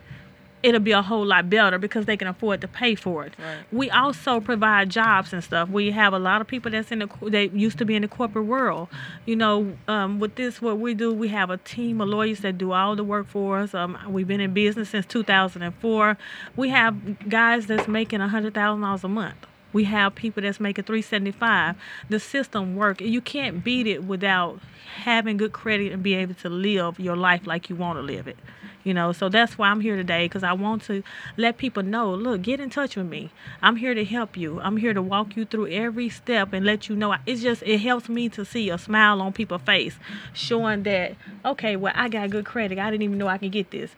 S8: it'll be a whole lot better because they can afford to pay for it. We also provide jobs and stuff. We have a lot of people that's in the co- that used to be in the corporate world. You know, um, with this, what we do, we have a team of lawyers that do all the work for us. Um, we've been in business since 2004. We have guys that's making hundred thousand dollars a month. We have people that's making 375. The system work. You can't beat it without having good credit and be able to live your life like you want to live it. You know, so that's why I'm here today because I want to let people know, look, get in touch with me. I'm here to help you. I'm here to walk you through every step and let you know. It's just it helps me to see a smile on people's face, showing that okay, well, I got good credit. I didn't even know I could get this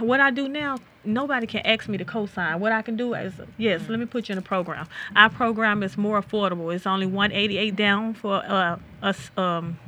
S8: what I do now, nobody can ask me to co-sign. What I can do is,
S6: Mm.
S8: yes, let me put you in a program. Our program is more affordable. It's only 188 down for uh, us um,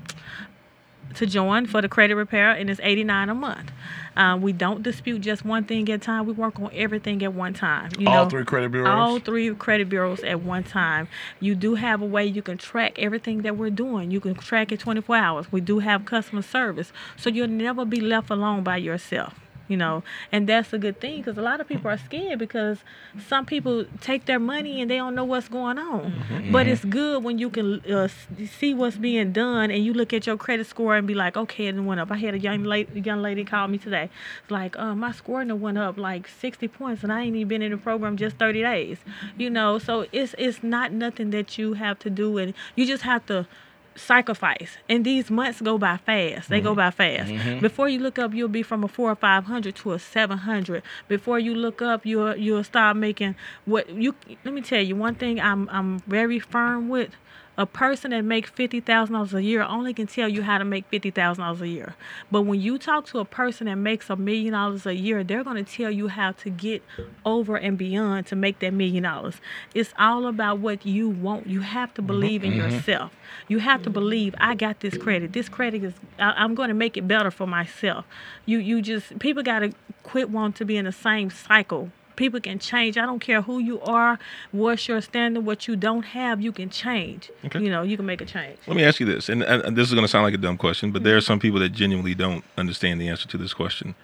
S8: to join for the credit repair, and it's 89 a month. Um, we don't dispute just one thing at a time. We work on everything at one time. You
S6: All
S8: know?
S6: three credit bureaus?
S8: All three credit bureaus at one time. You do have a way you can track everything that we're doing. You can track it 24 hours. We do have customer service, so you'll never be left alone by yourself. You know, and that's a good thing because a lot of people are scared because some people take their money and they don't know what's going on. But it's good when you can uh, s- see what's being done and you look at your credit score and be like, okay, it done went up. I had a young lady, young lady call me today, like, uh, my score done went up like 60 points and I ain't even been in the program just 30 days. You know, so it's it's not nothing that you have to do and you just have to sacrifice and these months go by fast they go by fast before you look up you'll be from a four or five hundred to a seven hundred before you look up you'll you'll start making what you let me tell you one thing i'm i'm very firm with a person that make fifty thousand dollars a year only can tell you how to make fifty thousand dollars a year. But when you talk to a person that makes a million dollars a year, they're gonna tell you how to get over and beyond to make that million dollars. It's all about what you want. You have to believe in yourself. You have to believe I got this credit. This credit is I, I'm gonna make it better for myself. You you just people gotta quit wanting to be in the same cycle People can change. I don't care who you are, what's your standard, what you don't have, you can change. You know, you can make a change.
S5: Let me ask you this, and, and this is going to sound like a dumb question, but there are some people that genuinely don't understand the answer to this question.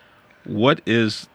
S5: What is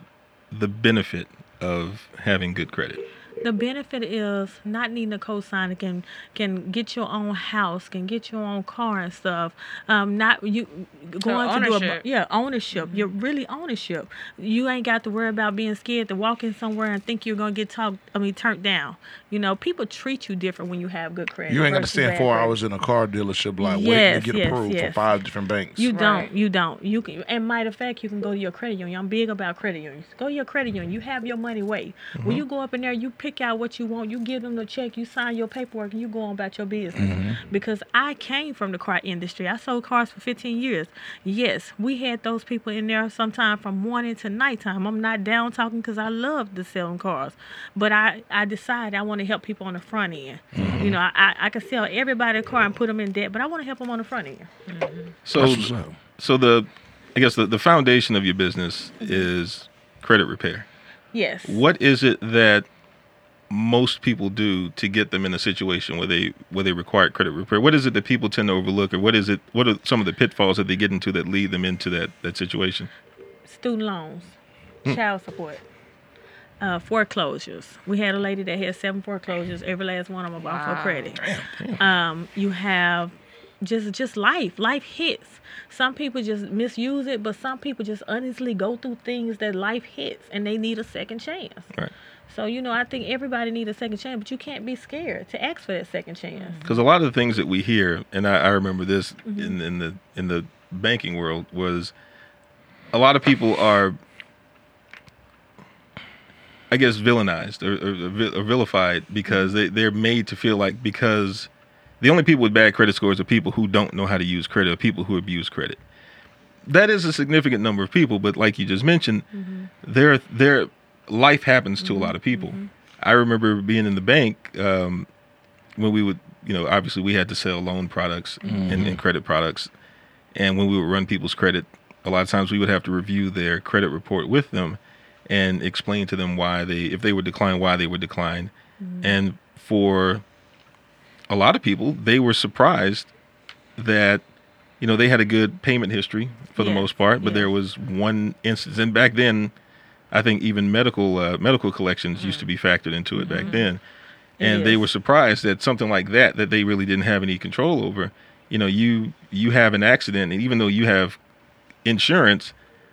S5: the benefit of having good credit?
S8: The benefit is not needing a cosigner can can get your own house, can get your own car and stuff. Um, not you going to do a
S9: ownership.
S8: yeah ownership. You're really ownership. You ain't got to worry about being scared to walk in somewhere and think you're gonna get talked. I mean, turned down. You know, people treat you different when you have good credit.
S6: You ain't gonna
S8: versus
S6: stand
S8: bad
S6: four
S8: credit.
S6: hours in a car dealership like
S8: Yes,
S6: waiting to get
S8: yes,
S6: approved for
S8: yes.
S6: five different banks.
S8: You
S9: Right.
S8: don't. You don't. You can. And matter of fact, you can go to your credit union. I'm big about credit unions. Go to your credit union. You have your money way. When you go up in there, you pick out what you want. You give them the check. You sign your paperwork, and you go on about your business. Because I came from the car industry. I sold cars for 15 years. Yes, we had those people in there sometime from morning to nighttime. I'm not down talking because I love to sell them cars, but I I decided I want to help people on the front end. You know, I I, I could sell everybody a car and put them in debt, but I want to help them on the front end.
S5: So, so the, I guess the, the foundation of your business is credit repair.
S8: Yes.
S5: What is it that most people do to get them in a situation where they where they require credit repair? What is it that people tend to overlook, or what is it? What are some of the pitfalls that they get into that lead them into that that situation?
S8: student loans,
S5: Hmm.
S8: child support, uh, foreclosures. We had a lady that had seven foreclosures. Every last one of them about for credit. Um, you have just just life. Life hits. Some people just misuse it, but some people just honestly go through things that life hits, and they need a second chance.
S5: Right.
S8: So you know, I think everybody need a second chance, but you can't be scared to ask for that second chance.
S5: Because a lot of the things that we hear, and I, I remember this in, in the in the banking world, was a lot of people are, I guess, villainized or, or, vi- or vilified because they they're made to feel like because the only people with bad credit scores are people who don't know how to use credit or people who abuse credit. That is a significant number of people, but like you just mentioned, their their life happens to a lot of people. I remember being in the bank. Um, when we would, you know, obviously we had to sell loan products and, and credit products. And when we would run people's credit, a lot of times we would have to review their credit report with them and explain to them why they, if they were declined, why they were declined. And for a lot of people, they were surprised that, you know, they had a good payment history for the
S8: Yeah,
S5: most part, but
S8: yeah.
S5: there was one instance. And back then, I think even medical uh, medical collections used to be factored into it back then and they
S8: Yes.
S5: were surprised that something like that that they really didn't have any control over you know you you have an accident and even though you have insurance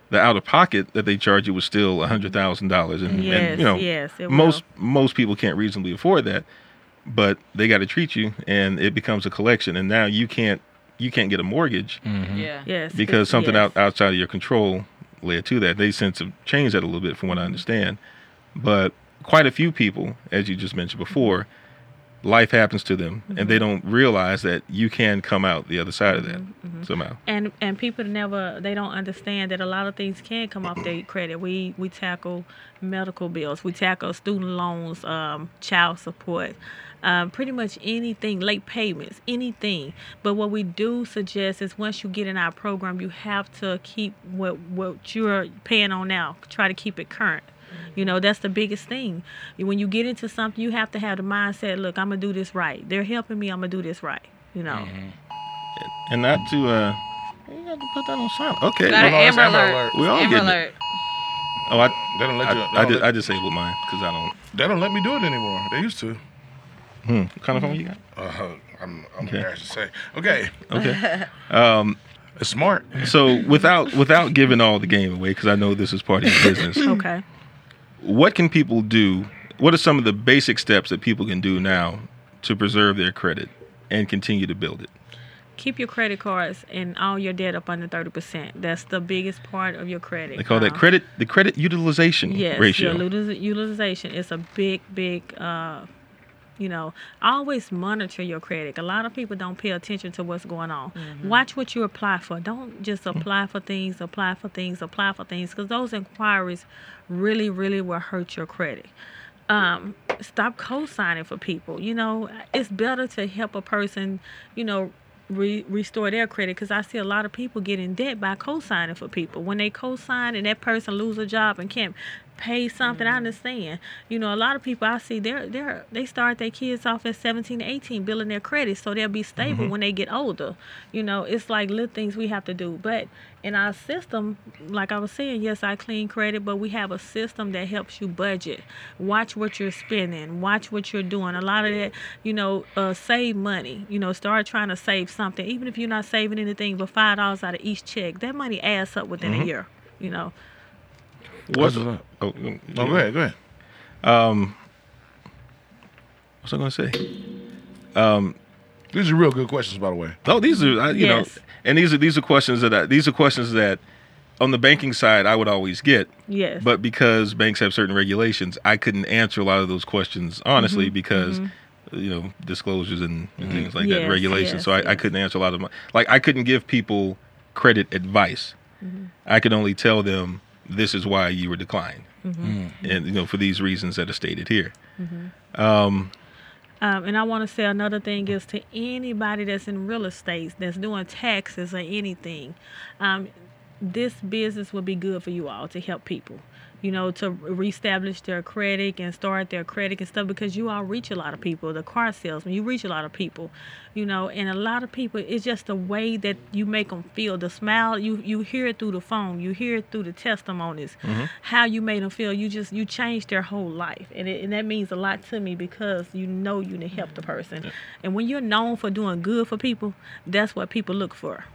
S5: the out of pocket that they charge you was still hundred thousand dollars, and
S8: Yes,
S5: you know
S8: yes, it will.
S5: most most people can't reasonably afford that, but they got to treat you, and it becomes a collection, and now you can't you can't get a mortgage
S9: Mm-hmm.
S7: Yeah.
S8: Yes.
S5: because
S8: [LAUGHS] it's-
S5: something
S8: yes.
S5: out, outside of your control led to that. They since have changed that a little bit, from what I understand. But quite a few people, as you just mentioned before, life happens to them, and they don't realize that you can come out the other side of that somehow.
S8: and and people never they don't understand that a lot of things can come off their credit. We we tackle medical bills, we tackle student loans, um, child support, um, pretty much anything, late payments, anything. But what we do suggest is once you get in our program, you have to keep what what you're paying on now. Try to keep it current. You know, that's the biggest thing. When you get into something, you have to have the mindset, look, I'm going to do this right. They're helping me, I'm going to do this right. You know,
S5: And not to uh, you got to put that on silent. Okay.
S7: Got an
S6: Well, it's
S7: Amber
S6: Amber
S7: Alert.
S6: Alert.
S5: We all
S7: Amber
S5: getting it.
S7: Alert.
S5: Oh, I,
S6: They don't let you.
S5: I, I,
S6: they don't
S5: just,
S6: let-
S5: I disabled mine because I don't.
S6: they don't let me do it anymore. They used to.
S5: Hmm. What kind of phone you got?
S6: Uh, I'm, I'm
S5: Okay.
S6: embarrassed to say. Okay,
S8: [LAUGHS]
S6: Um,
S5: Okay.
S6: it's smart.
S5: so without without giving all the game away, because I know this is part of your business.
S8: okay.
S5: what can people do? What are some of the basic steps that people can do now to preserve their credit and continue to build it?
S8: keep your credit cards and all your debt up under 30%. That's the biggest part of your credit.
S5: They call that
S8: Um,
S5: credit the credit utilization
S8: yes,
S5: ratio.
S8: Your util- utilization is a big, big, uh, you know, always monitor your credit. A lot of people don't pay attention to what's going on. Watch what you apply for. Don't just apply for things, apply for things, apply for things, because those inquiries really, really will hurt your credit. Um, stop co-signing for people. You know, it's better to help a person, you know, re- restore their credit because I see a lot of people get in debt by co-signing for people. When they co-sign and that person lose a job and can't pay something, I understand. You know, a lot of people I see they're they're they start their kids off at 17, 18 building their credit so they'll be stable when they get older. You know, it's like little things we have to do. But in our system, like I was saying, yes, I clean credit, but we have a system that helps you budget. Watch what you're spending. Watch what you're doing. A lot of that, you know, uh, save money. You know, start trying to save something, even if you're not saving anything but five dollars out of each check. That money adds up within a year. You know,
S5: What-
S6: Close it up.
S5: oh, no,
S6: Oh, go ahead, go ahead.
S5: What's I gonna say?
S6: These are real good questions, by the way.
S5: Oh, these are I, you
S8: Yes.
S5: know, and these are these are questions that I, these are questions that on the banking side I would always get.
S8: yes,
S5: But because banks have certain regulations, I couldn't answer a lot of those questions honestly
S8: Mm-hmm,
S5: because you know disclosures and, and things like that,
S8: Yes,
S5: regulations.
S8: yes,
S5: so I, I
S8: yes.
S5: couldn't answer a lot of my like I couldn't give people credit advice.
S8: Mm-hmm.
S5: I could only tell them this is why you were declined,
S8: Mm-hmm.
S5: and you know for these reasons that are stated here.
S8: Um, and I want to say another thing is to anybody that's in real estate that's doing taxes or anything, um, this business would be good for you all to help people. You know, to reestablish their credit and start their credit and stuff because you all reach a lot of people. The car salesman, you reach a lot of people. You know, and a lot of people, it's just the way that you make them feel. The smile, you you hear it through the phone, you hear it through the testimonies, how you made them feel. You just you changed their whole life, and it, and that means a lot to me because you know you done helped the person, and when you're known for doing good for people, that's what people look for.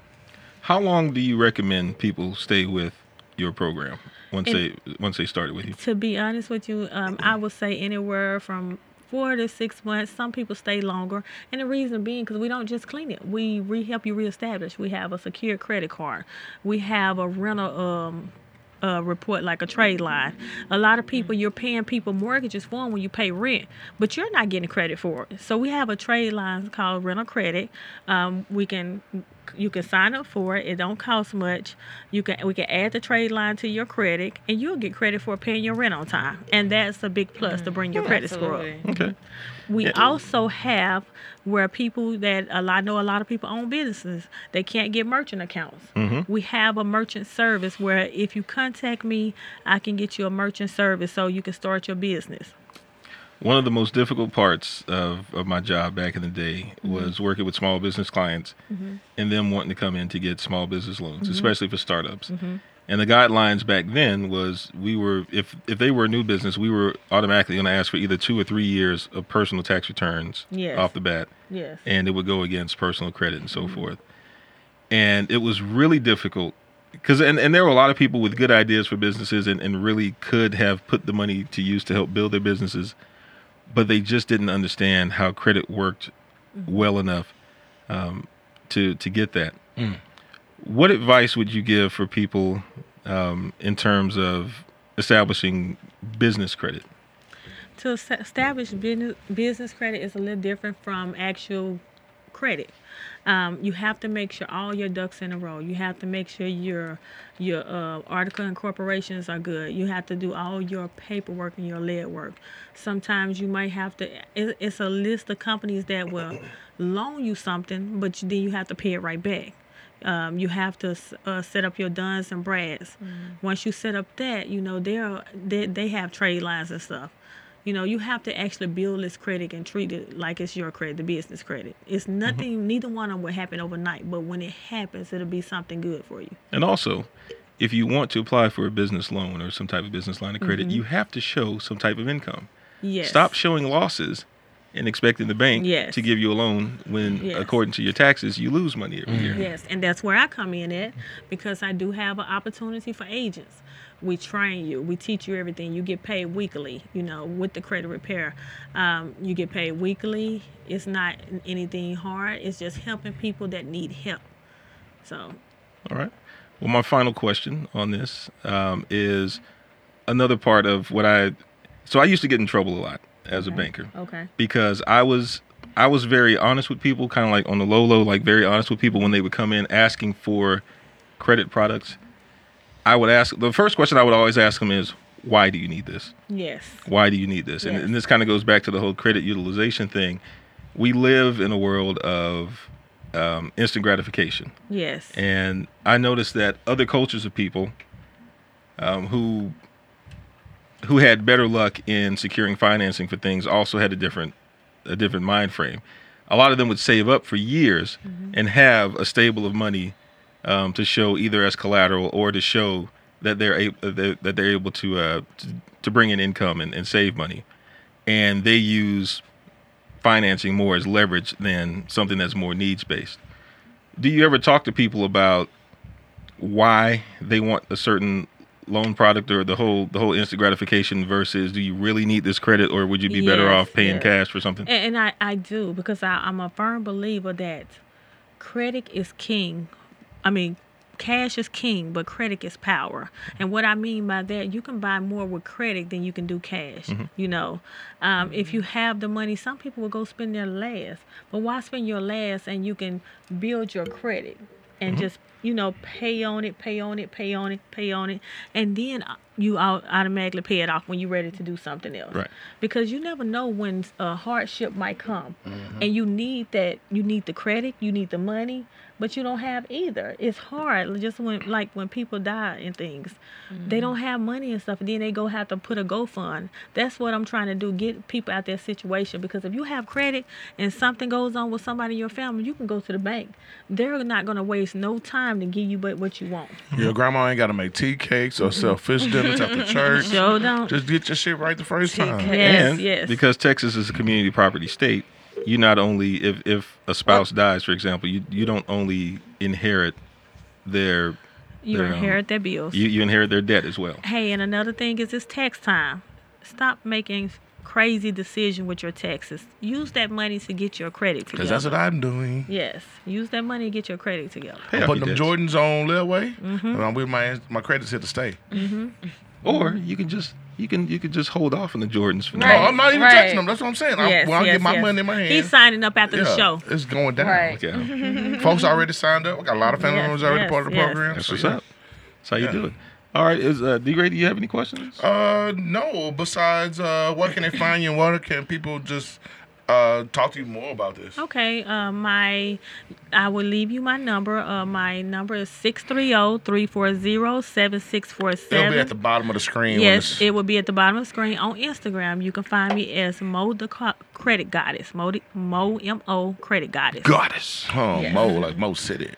S5: How long do you recommend people stay with your program once
S8: In-
S5: they once they started with you?
S8: To be honest with you, um, I would say anywhere from four to six months. Some people stay longer, and the reason being because we don't just clean it. We re help you reestablish. We have a secure credit card. We have a rental. Um, uh, report like a trade line. A lot of people, you're paying people mortgages for 'em when you pay rent, but you're not getting credit for it. So we have a trade line called rental credit. Um, we can you can sign up for it. It don't cost much. You can we can add the trade line to your credit, and you'll get credit for paying your rent on time. And that's a big plus to bring your credit score up.
S7: Absolutely.
S5: Okay.
S8: We also have where people that a lot I know a lot of people own businesses. They can't get merchant accounts. We have a merchant service where if you contact me, I can get you a merchant service so you can start your business.
S5: One of the most difficult parts of, of my job back in the day was working with small business clients and them wanting to come in to get small business loans, especially for startups. And the guidelines back then was we were if if they were a new business, we were automatically going to ask for either two or three years of personal tax returns
S8: Yes.
S5: off the bat,
S8: Yes.
S5: and it would go against personal credit and so forth. And it was really difficult because and, and there were a lot of people with good ideas for businesses and, and really could have put the money to use to help build their businesses but they just didn't understand how credit worked well enough um, to to get that what advice would you give for people um, in terms of establishing business credit
S8: to es- establish business, business credit is a little different from actual credit. Um, you have to make sure all your ducks in a row. You have to make sure your your uh, article incorporations are good. You have to do all your paperwork and your lead work. Sometimes you might have to. It, it's a list of companies that will loan you something, but you, then you have to pay it right back. Um, you have to s- uh, set up your duns and brads. Once you set up that, you know they're, they they have trade lines and stuff. You know, you have to actually build this credit and treat it like it's your credit, the business credit. It's nothing, neither one of them will happen overnight, but when it happens, it'll be something good for you.
S5: And also, if you want to apply for a business loan or some type of business line of credit, you have to show some type of income.
S8: Mm-hmm. Yes.
S5: Stop showing losses and expecting the bank
S8: Yes.
S5: to give you a loan when,
S8: Yes.
S5: according to your taxes, you lose money every year.
S8: Yes, and that's where I come in at because I do have an opportunity for agents. We train you, we teach you everything. You get paid weekly, you know, with the credit repair. Um, you get paid weekly. It's not anything hard, it's just helping people that need help. So, Mm-hmm.
S5: All right. Well, my final question on this um, is another part of what I. So I used to get in trouble a lot as
S8: Mm-hmm.
S5: a banker.
S8: okay.
S5: because I was I was very honest with people, kind of like on the low low, like very honest with people when they would come in asking for credit products. I would ask the first question I would always ask them is, "Why do you need this?
S8: Yes.
S5: Why do you need this?" And,
S8: Yes.
S5: and this kind of goes back to the whole credit utilization thing. We live in a world of um, instant gratification.
S8: Yes.
S5: And I noticed that other cultures of people um, who who had better luck in securing financing for things also had a different a different mind frame. A lot of them would save up for years and have a stable of money um, to show either as collateral or to show that they're able that they're able to uh, to, to bring in income and, and save money. And they use financing more as leverage than something that's more needs based do you ever talk to people about why they want a certain loan product or the whole the whole instant gratification versus do you really need this credit or would you be better
S8: Yes,
S5: off paying
S8: yes.
S5: cash for something?
S8: And, and I, I do because I, I'm a firm believer that credit is king. I mean, cash is king, but credit is power. And what I mean by that, you can buy more with credit than you can do cash.
S5: Mm-hmm.
S8: You know, um, if you have the money, some people will go spend their last. But why spend your last and you can build your credit and
S5: Mm-hmm.
S8: just you know pay on it, pay on it, pay on it, pay on it, and then uh, you au- automatically pay it off when you're ready to do something else
S5: Right.
S8: because you never know when a hardship might come and you need that you need the credit you need the money but you don't have either it's hard just when like when people die and things they don't have money and stuff and then they go have to put a go fund that's what i'm trying to do get people out their situation because if you have credit and something goes on with somebody in your family you can go to the bank they're not going to waste no time to give you but what you want
S6: Your grandma ain't got to make tea cakes or sell fish dinners
S8: [LAUGHS]
S6: after church.
S8: so don't
S6: Just get your shit right the first time.
S8: yes
S5: and
S8: yes
S5: because Texas is a community property state, you not only if if a spouse dies, for example, you you don't only inherit their
S8: you
S5: their, um,
S8: inherit their bills
S5: you, you inherit their debt as well.
S8: Hey, and another thing is it's tax time. Stop making crazy decision with your taxes. Use that money to get your credit together.
S6: Because that's what I'm doing.
S8: yes, use that money to get your credit together.
S5: Pay
S6: I'm
S5: off
S6: putting
S5: your
S6: them
S5: debts.
S6: Jordans on Lilway,
S8: Mm-hmm.
S6: and I'm with my my credits here to stay.
S5: Or
S7: Mm-hmm.
S5: you can just you can you can just hold off on the Jordans for
S6: No,
S5: now.
S9: Right.
S6: Oh, I'm not even
S9: Right.
S6: touching them. That's what I'm saying.
S9: Yes,
S6: I'm, when I
S9: yes,
S6: get my
S9: yes.
S6: money in my hand,
S8: He's signing up after the
S6: yeah,
S8: show. Mm-hmm.
S6: it's going down.
S9: Right.
S5: Okay.
S7: [LAUGHS]
S6: Folks already signed up. We got a lot of family
S8: Yes,
S6: members already
S8: yes,
S6: part of the
S8: yes.
S6: program.
S5: That's
S6: so
S5: what's
S6: yeah.
S5: up. That's how you
S6: Yeah.
S5: do it. All right, is uh, D Ray, do you have any questions?
S6: Uh, no. Besides, uh, where can they find you? and Where can people just uh talk to you more about this?
S8: Okay, uh, my I will leave you my number. Uh, my number is oh, 630-340-7647.
S6: It'll be at the bottom of the screen.
S8: Yes,
S6: when
S8: it will be at the bottom of the screen on Instagram. You can find me as Mo the Co- Credit Goddess. Mo, the- Mo M O Credit Goddess.
S6: goddess. Oh, Mo, like Mo City.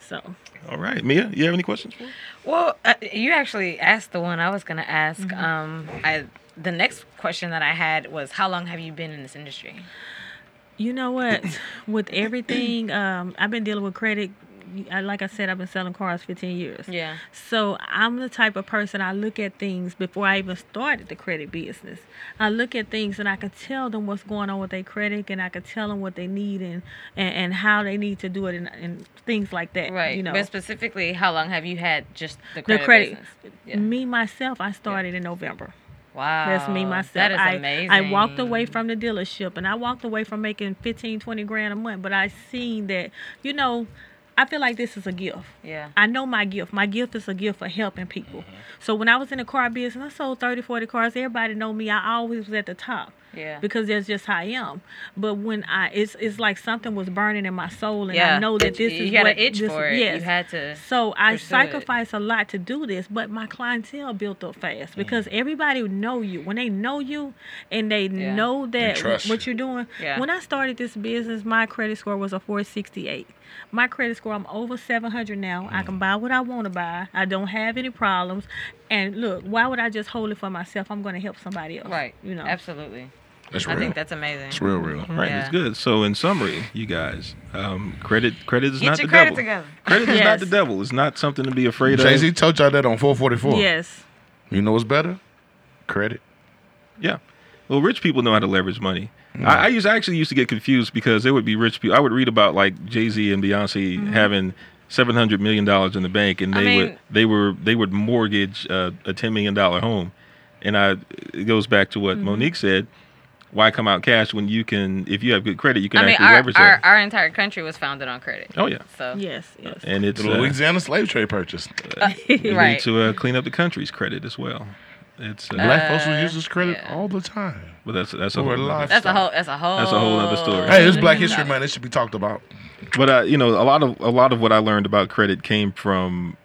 S8: So
S5: All right, Mia, you have any questions for? us?
S9: Well, uh, you actually asked the one I was gonna ask. Um, I the next question that I had was, how long have you been in this industry?
S7: [COUGHS]
S8: You know what? with everything, um, I've been dealing with credit I, like I said, I've been selling cars 15 years.
S9: Yeah.
S8: So I'm the type of person I look at things before I even started the credit business. I look at things and I can tell them what's going on with their credit and I can tell them what they need and, and, and how they need to do it and, and things like that.
S7: Right.
S8: You know,
S7: But specifically, how long have you had just the
S8: the
S7: credit,
S8: credit.
S7: business? Yeah.
S8: Me, myself, I started in November.
S7: Wow.
S8: That's me myself.
S7: That is
S8: I,
S7: amazing.
S8: I walked away from the dealership and I walked away from making 15, 20 grand a month, but I seen that, you know, I feel like this is a gift.
S7: Yeah. Mm-hmm.
S8: I know my gift. My gift is a gift for helping people. So when I was in the car business, I sold 30, 40 cars. Everybody know me. I always was at the top.
S7: Yeah.
S8: Because that's just how I am. But when I it's it's like something was burning in my soul and I
S7: Yeah.
S8: know that
S7: It-
S8: this
S7: you
S8: is
S7: had
S8: what
S7: an itch
S8: this,
S7: for it. You
S8: Yes.
S7: had to
S8: So I
S7: pursue it.
S8: sacrificed a lot to do this, but my clientele built up
S7: Mm.
S8: fast because everybody would know you. When they know you and they
S7: Yeah.
S8: know that
S6: trust
S8: what you're doing.
S7: Yeah.
S8: When I started this business, my credit score was a 468. My credit score, I'm over 700 now. I
S7: Mm.
S8: can buy what I want to buy. I don't have any problems. And look, why would I just hold it for myself? I'm going to help somebody else.
S7: Right.
S8: You know.
S7: Absolutely.
S6: That's
S7: I
S6: real.
S7: think that's amazing.
S6: It's real, real.
S5: All right,
S7: Yeah.
S5: that's good. So, in summary, you guys, um, credit credit is
S7: Get
S5: not
S7: your
S5: the
S7: credit
S5: devil.
S7: together.
S5: Credit is not
S8: Yes.
S5: the devil. It's not something to be afraid
S6: Jay
S5: of.
S6: Z told y'all that on 444.
S8: Yes.
S6: You know what's better? Credit.
S5: Yeah. Well, rich people know how to leverage money.
S7: Mm.
S5: I, I used I actually used to get confused because there would be rich people. I would read about like Jay Z and Beyonce having seven hundred million dollars in the bank, and
S7: Mm-hmm. I
S5: they
S7: mean-
S5: would they were they would mortgage uh, a ten million dollar home. And I, it goes back to what
S7: Mm-hmm.
S5: Monique said. Why come out cash when you can? If you have good credit, you can
S7: I mean,
S5: actually
S7: our,
S5: leverage
S7: our,
S5: that.
S7: our entire country was founded on credit.
S5: oh yeah,
S7: So
S8: Yes. Yes. [LAUGHS]
S5: and it's
S6: The
S5: uh,
S6: Louisiana slave trade purchase.
S5: we
S7: right.
S5: need to uh, clean up the country's credit as well. It's uh,
S6: Black folks will use this credit all the time.
S5: but that's that's a
S6: We're
S5: whole other-
S6: alive.
S7: that's a whole. Mm-hmm. That's a whole.
S5: That's a whole other story.
S6: Hey, this Black History Month. It should be talked about.
S5: but uh, you know, a lot of a lot of what I learned about credit came from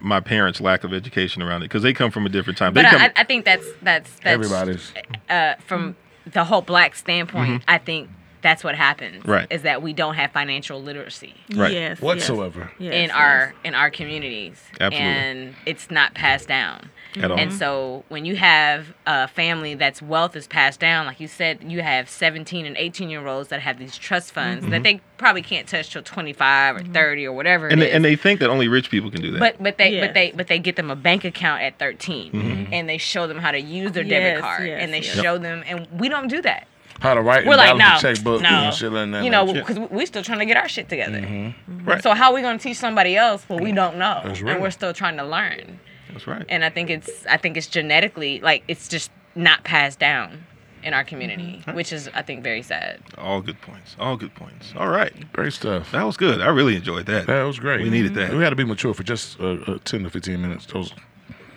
S5: my parents' lack of education around it because they come from a different time.
S7: But
S5: they come,
S7: I, I- I think that's that's that's
S6: Everybody's.
S7: uh, from the whole black standpoint. I think that's what happens.
S5: Mm-hmm. Right.
S7: Is that we don't have financial literacy.
S5: Right.
S8: Yes.
S6: Whatsoever.
S8: Yes.
S7: in
S8: yes,
S7: our in our communities
S5: Absolutely.
S7: and it's not passed down
S5: At all.
S8: Mm-hmm.
S7: and so when you have a family that's wealth is passed down like you said you have 17 and 18 year olds that have these
S5: Mm-hmm.
S7: trust funds that they probably can't touch till 25 or
S8: Mm-hmm.
S7: 30 or whatever it
S5: and they,
S7: is.
S5: and they think that only rich people can do that.
S7: but but they
S8: Yes.
S7: but they but they get them a bank account at 13 and they show them how to use their debit
S8: Yes,
S7: card
S8: yes,
S7: and they
S8: yes.
S7: show them and we don't do that
S6: How to write
S7: we're
S6: and
S7: like no
S6: balance a checkbook
S7: no
S6: and shit like that.
S7: you know because we're still trying to get our shit together Mm-hmm.
S5: right.
S7: so how are we going to teach somebody else what we don't know?
S6: That's right.
S7: And we're still trying to learn.
S5: that's right.
S7: And I think it's I think it's genetically like it's just not passed down in our community, which is I think very sad.
S5: all good points. All good points. All right,
S6: great stuff.
S5: that was good. I really enjoyed that.
S6: That was great.
S5: We needed that.
S6: We had to be mature for just uh, uh, 10 to 15 minutes. Those,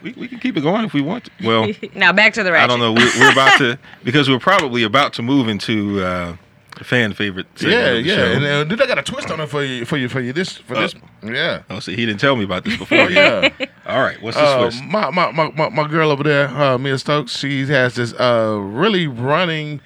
S5: We, we can keep it going if we want. to.
S7: [LAUGHS]
S5: Well,
S7: Now back to the ratchet.
S5: I don't know. We're, we're about to [LAUGHS] because we're probably about to move into uh, fan favorite. segment
S6: yeah,
S5: of the
S6: yeah.
S5: show.
S6: And uh, then I got a twist on it for you, for you, for you. This, for this. Yeah.
S5: Oh, see, he didn't tell me about this before.
S6: [LAUGHS] Oh, Uh, yeah.
S7: [LAUGHS]
S5: All right, what's the
S6: Uh,
S5: twist?
S6: my, my, my, my, my girl over there, uh, Mia Stokes, she has this uh, really running,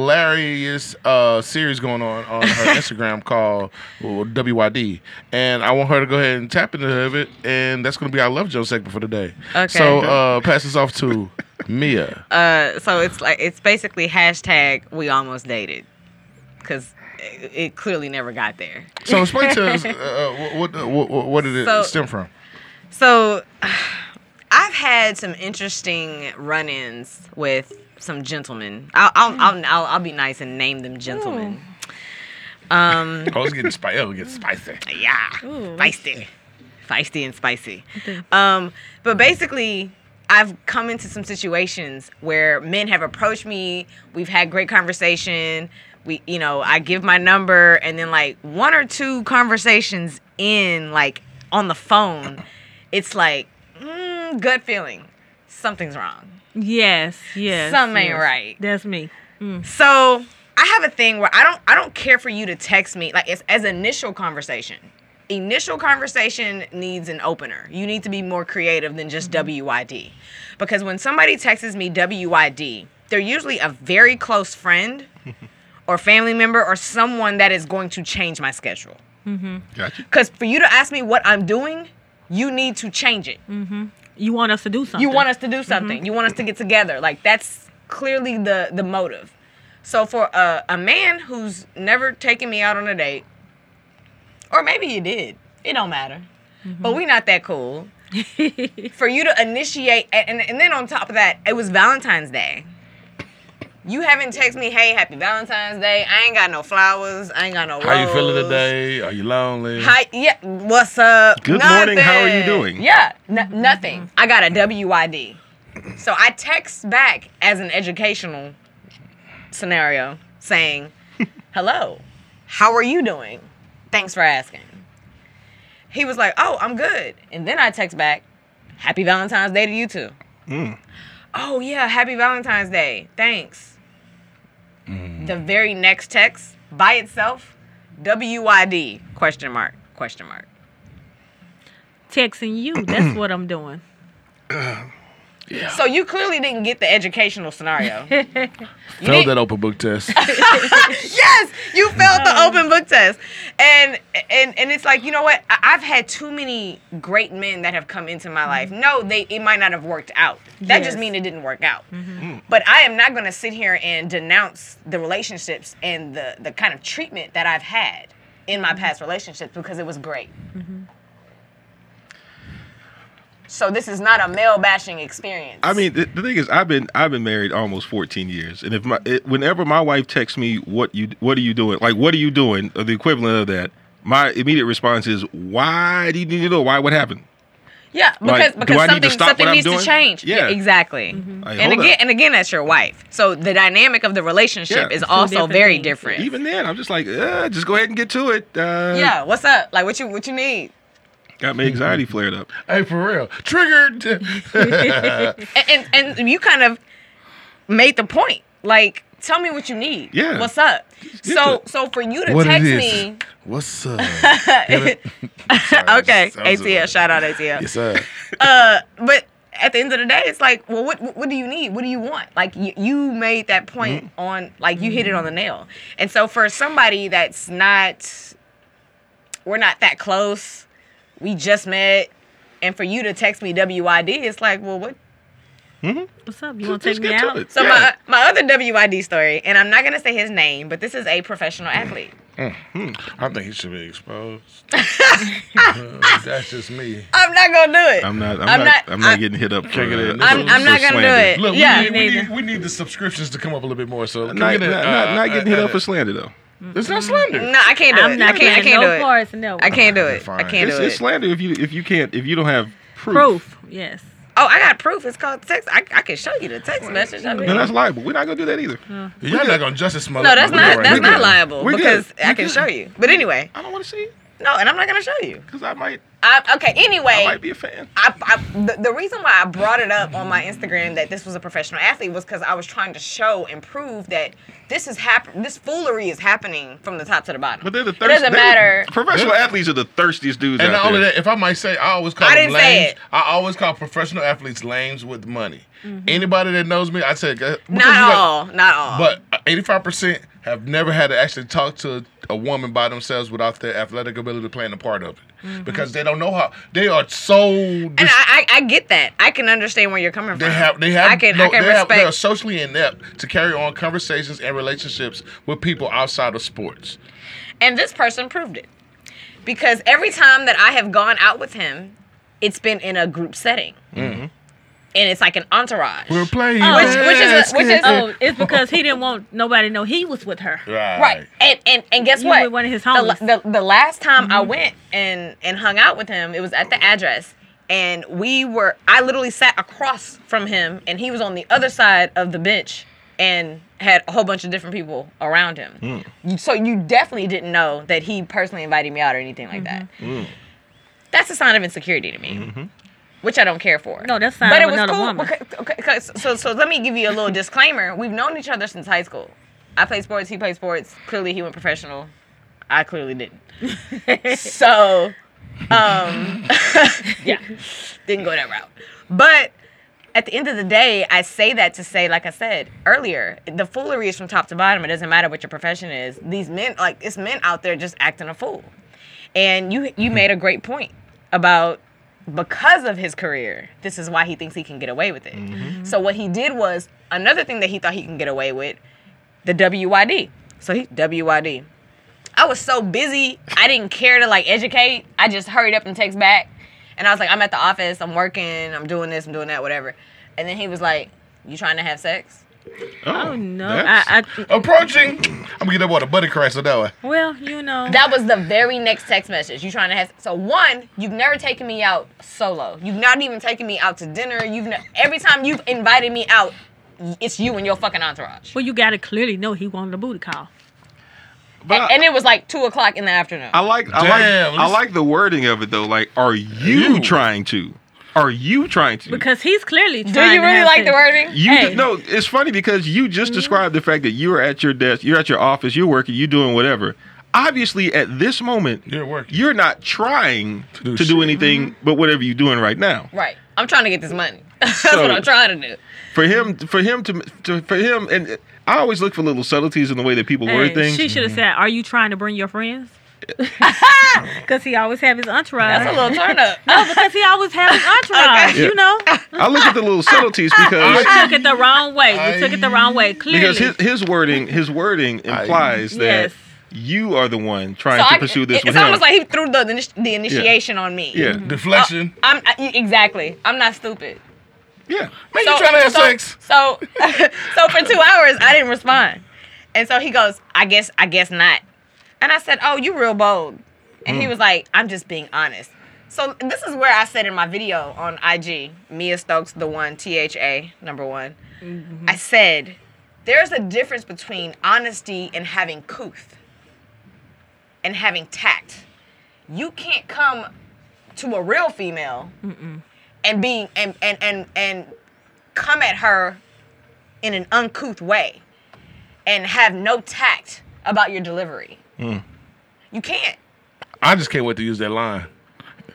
S6: hilarious uh, series going on on [LAUGHS] her Instagram called well, WYD. And I want her to go ahead and tap into it. And that's going to be our Love Joe segment for today.
S7: Okay.
S6: So uh, pass this off to Mia. [LAUGHS]
S7: Uh, so it's like it's basically hashtag we almost dated, because it, it clearly never got there.
S6: So explain to us uh, what, what, what, what did it
S7: So-
S6: stem from?
S7: So [SIGHS] I've had some interesting run-ins with some gentlemen. I'll I'll, I'll, I'll, I'll be nice and name them gentlemen.
S6: I was getting spicy. Oh, getting spicy.
S7: Yeah.
S8: Ooh.
S7: Feisty. Feisty and spicy. Um, but basically, I've come into some situations where men have approached me. We've had great conversation. We, you know, I give my number, and then like one or two conversations in, like on the phone, it's like mm, gut feeling, something's wrong.
S8: Yes. Yes.
S7: Something ain't
S8: yes.
S7: right.
S8: That's me.
S7: So I have a thing where I don't I don't care for you to text me like it's as initial conversation. Initial conversation needs an opener. You need to be more creative than just WYD. Because when somebody texts me WYD, they're usually a very close friend or family member or someone that is going to change my schedule.
S5: Gotcha.
S7: Because for you to ask me what I'm doing, you need to change it.
S8: You want us to do something.
S7: You want us to do something. You want us to get together. Like that's clearly the the motive. So for a a man who's never taken me out on a date, or maybe you did, It don't matter. But we not that cool. For you to initiate, and, and, and then on top of that, it was Valentine's Day. You haven't texted me, hey, happy Valentine's Day. I ain't got no flowers. I ain't got no
S6: How you feeling
S7: rose.
S6: today? Are you lonely?
S7: Hi, yeah, what's up?
S5: Good morning, how are you doing?
S7: Yeah, n- nothing. I got a WID. So I text back as an educational scenario
S5: [LAUGHS]
S7: saying, hello, how are you doing? Thanks for asking. He was like, oh, I'm good. And then I text back, happy Valentine's Day to you too.
S5: Mm.
S7: Oh, yeah, happy Valentine's Day. Thanks.
S5: Mm.
S7: The very next text by itself, WID question mark question mark.
S8: [LAUGHS] Texting you, that's what I'm doing.
S7: So you clearly didn't get the educational scenario.
S6: Failed that open book [LAUGHS] test.
S7: yes, you failed the open book test, and and and it's like you know what? I- I've had too many great men that have come into my life. No, they it might not have worked out. That
S8: Yes.
S7: just means it didn't work out.
S5: Mm.
S7: But I am not going to sit here and denounce the relationships and the the kind of treatment that I've had in my past relationships because it was great. So this is not a male bashing experience.
S5: I mean, the, the thing is, I've been I've been married almost 14 years, and if my it, whenever my wife texts me, "What you What are you doing?" Like, "What are you doing?" or the equivalent of that, my immediate response is, "Why do you need to know? Why? What happened?"
S7: Yeah, because
S5: Like, do
S7: because
S5: I need to
S7: something
S5: stop
S7: something
S5: what I'm
S7: needs to
S5: doing?
S7: change.
S5: Yeah.
S7: exactly.
S5: Like,
S7: and
S5: hold
S7: again,
S5: up.
S7: and again, that's your wife. So the dynamic of the relationship
S5: Yeah.
S7: is
S5: Two
S7: also
S8: different
S7: very
S8: things.
S7: different.
S5: Even then, I'm just like, uh, just go ahead and get to it. Uh,
S7: yeah, what's up? Like, what you what you need?
S5: got my anxiety flared up.
S6: hey, for real. Triggered.
S7: And and, and you kind of made the point. Like, tell me what you need.
S5: Yeah.
S7: what's up?
S5: get
S7: So
S5: to it.
S7: so for you to
S6: what it
S7: text
S6: is?
S7: me,
S6: What's
S7: [LAUGHS]
S6: up?
S7: okay,
S6: That was
S7: ATL,
S6: a-
S7: shout out ATL.
S6: Yes, sir.
S7: Uh, but at the end of the day, it's like, well, what what do you need? What do you want? Like you, you made that point
S5: Mm-hmm.
S7: on, like you hit it on the nail. And so for somebody that's not, we're not that close. We just met, and for you to text me WID, it's like, well, what?
S8: What's up? You want to
S5: Just
S8: take me
S5: get to
S8: out?
S5: it.
S7: So
S5: Yeah.
S7: my my other WID story, and I'm not gonna say his name, but this is a professional
S5: Mm.
S7: athlete.
S6: I think he should be
S7: [LAUGHS]
S6: exposed. Uh, That's just me.
S7: I'm not gonna do it.
S5: I'm not. I'm,
S7: I'm
S5: not,
S7: not-
S5: I'm not
S7: I-
S5: getting hit up for.
S6: Kick it in.
S5: uh,
S7: I'm,
S5: for-
S7: I'm not
S5: for
S7: gonna do
S5: slander.
S7: it.
S6: Look,
S7: yeah.
S6: we, need, we,
S8: neither.
S6: need, we need the subscriptions to come up a little bit more. So can we
S5: Not,
S6: get a-
S5: not,
S6: uh,
S5: not, not
S6: uh,
S5: getting hit
S6: uh, mm-hmm.
S5: up for slander though.
S6: It's not slander.
S7: no, I can't do
S8: I'm
S7: it.
S8: not
S7: I can't. I
S8: playing
S7: can't
S8: no
S7: do it.
S8: parts. No,
S7: I can't do it. I
S6: Fine.
S7: can't
S5: It's,
S7: do
S5: it's
S7: it.
S5: slander if you if you can't if you don't have proof.
S8: proof. Yes.
S7: Oh, I got proof. It's called text. I, I can show you the text message. I mean,
S5: No, that's liable. We're not gonna do that either.
S6: Y'all not gonna justice Smollett.
S7: no, that's
S6: my boy
S7: not
S6: right
S7: that's
S6: now.
S7: not liable
S5: We're good.
S7: because I
S5: We're
S7: can
S5: good.
S7: show you. But anyway,
S5: I don't want to see it
S7: no, and I'm not gonna show you.
S5: because I might
S7: I, okay. Anyway,
S5: I might be a fan.
S7: I, I, the, the reason why I brought it up on my Instagram that this was a professional athlete was because I was trying to show and prove that this is happen. This foolery is happening from the top to the bottom.
S5: But they're the
S7: it
S5: thirst-
S7: doesn't
S5: they-
S7: matter.
S5: Professional athletes are the thirstiest dudes
S6: And
S5: out
S6: not only
S5: there.
S6: that, if I might say, I always call
S7: I
S6: them
S7: didn't say
S6: lames.
S7: it.
S6: I always call professional athletes lames with money. Anybody that knows me, I say because you
S7: Mm-hmm. Not
S6: got-
S7: all. Not all.
S6: But eighty-five percent have never had to actually talk to a woman by themselves without their athletic ability playing a part of it, because they don't know how. They are so.
S7: Mm-hmm. and
S6: dis-
S7: I, I, I get that. I can understand where you're coming
S6: they
S7: from.
S6: have. They have.
S7: I can.
S6: no,
S7: I can
S6: they, have-
S7: respect.
S6: they are socially inept to carry on conversations and relationships with people outside of sports.
S7: And this person proved it. Because every time that I have gone out with him, it's been in a group setting. And it's like an entourage.
S6: We're playing.
S8: Oh.
S7: which, which is, a, which is
S8: Oh, it's because he didn't want nobody to know he was with her.
S6: right.
S7: right. And, and and guess
S8: You
S7: what?
S8: with one of his
S7: The la-
S8: homies. Mm-hmm.
S7: The, the, last time I went and and hung out with him, it was at the address, and we were. I literally sat across from him, and he was on the other side of the bench, and had a whole bunch of different people around him. You- So you definitely didn't know that he personally invited me out or anything like
S8: Mm-hmm.
S7: that. That's a sign of insecurity to me. Which I don't care for.
S8: No, that's sign
S7: But
S8: of
S7: it was
S8: another
S7: cool.
S8: woman.
S7: Okay, okay, okay, so- so, so let me give you a little disclaimer. We've known each other since high school. I played sports. He played sports. Clearly, he went professional. I clearly didn't.
S8: [LAUGHS]
S7: so, um, yeah, didn't go that route. But at the end of the day, I say that to say, like I said earlier, the foolery is from top to bottom. It doesn't matter what your profession is. These men, like it's men out there just acting a fool. And you you made a great point about because of his career, this is why he thinks he can get away with it. So what he did was another thing that he thought he can get away with, the WID. So he WID. I was so busy, I didn't care to like educate. I just hurried up and text back. And I was like, I'm at the office, I'm working, I'm doing this, I'm doing that, whatever. And then he was like, You trying to have sex?
S8: Oh, no.
S6: that's- Oh.
S8: I, I,
S6: Approaching. I'm gonna get up on a buddy crash on that one.
S8: well, you know.
S7: That was the very next text message. You trying to have so one? You've never taken me out solo. You've not even taken me out to dinner. You've ne- every time you've invited me out, it's you and your fucking entourage.
S8: well, you got to clearly know he wanted a booty call.
S7: A- and it was like two o'clock in the afternoon.
S5: I like I
S6: Damn,
S5: like I
S6: this-
S5: like the wording of it though. Like, are you,
S6: You.
S5: trying to? Are you trying to?
S8: Because he's clearly
S7: Do you really like the wording?
S5: you
S8: Hey. Mm-hmm.
S5: ju- no, it's funny because you just described the fact that you are at your desk, you're at your office, you're working, you're doing whatever. Obviously, at this moment,
S6: You're working.
S5: You're not trying to
S6: do
S5: do,
S6: shit.
S5: anything
S8: Mm-hmm.
S5: but whatever you're doing right now.
S7: Right. I'm trying to get this money. [LAUGHS] That's
S5: So-
S7: what I'm trying to do.
S5: For him, for him to, to for him, and I always look for little subtleties in the way that people word
S8: Hey,
S5: things.
S8: she should have said, "Are you trying to bring
S7: [LAUGHS]
S8: your friends?" Because he always have his entourage.
S7: That's a little turn up.
S8: no, because he always have
S7: [LAUGHS]
S8: his entourage.
S5: Okay.
S8: You know,
S5: I look at the little
S8: [LAUGHS]
S5: subtleties
S8: we
S5: because
S8: took it the wrong way. We took it the wrong way. Clearly,
S5: because his, his wording his wording implies that
S8: Yes.
S5: you are the one [LAUGHS] trying
S7: So
S5: to
S7: I-
S5: pursue this
S7: it-
S5: with
S7: It's
S5: him.
S7: almost like he threw the the, the initiation on me.
S5: yeah,
S6: Mm-hmm. Deflection.
S7: Oh, I'm I, exactly. I'm not stupid.
S5: yeah.
S6: Man, you trying to have sex?
S7: So, [LAUGHS] so for two hours, I didn't respond. And so he goes, I guess, I guess not. And I said, Oh, you real bold. And
S6: Hmm.
S7: he was like, I'm just being honest. So this is where I said in my video on IG, Mia Stokes, the one, T H A, number one. I said, There's a difference between honesty and having couth and having tact. You can't come to a real female and being and and and and come at her in an uncouth way and have no tact about your delivery. You can't.
S6: I just can't wait to use that line.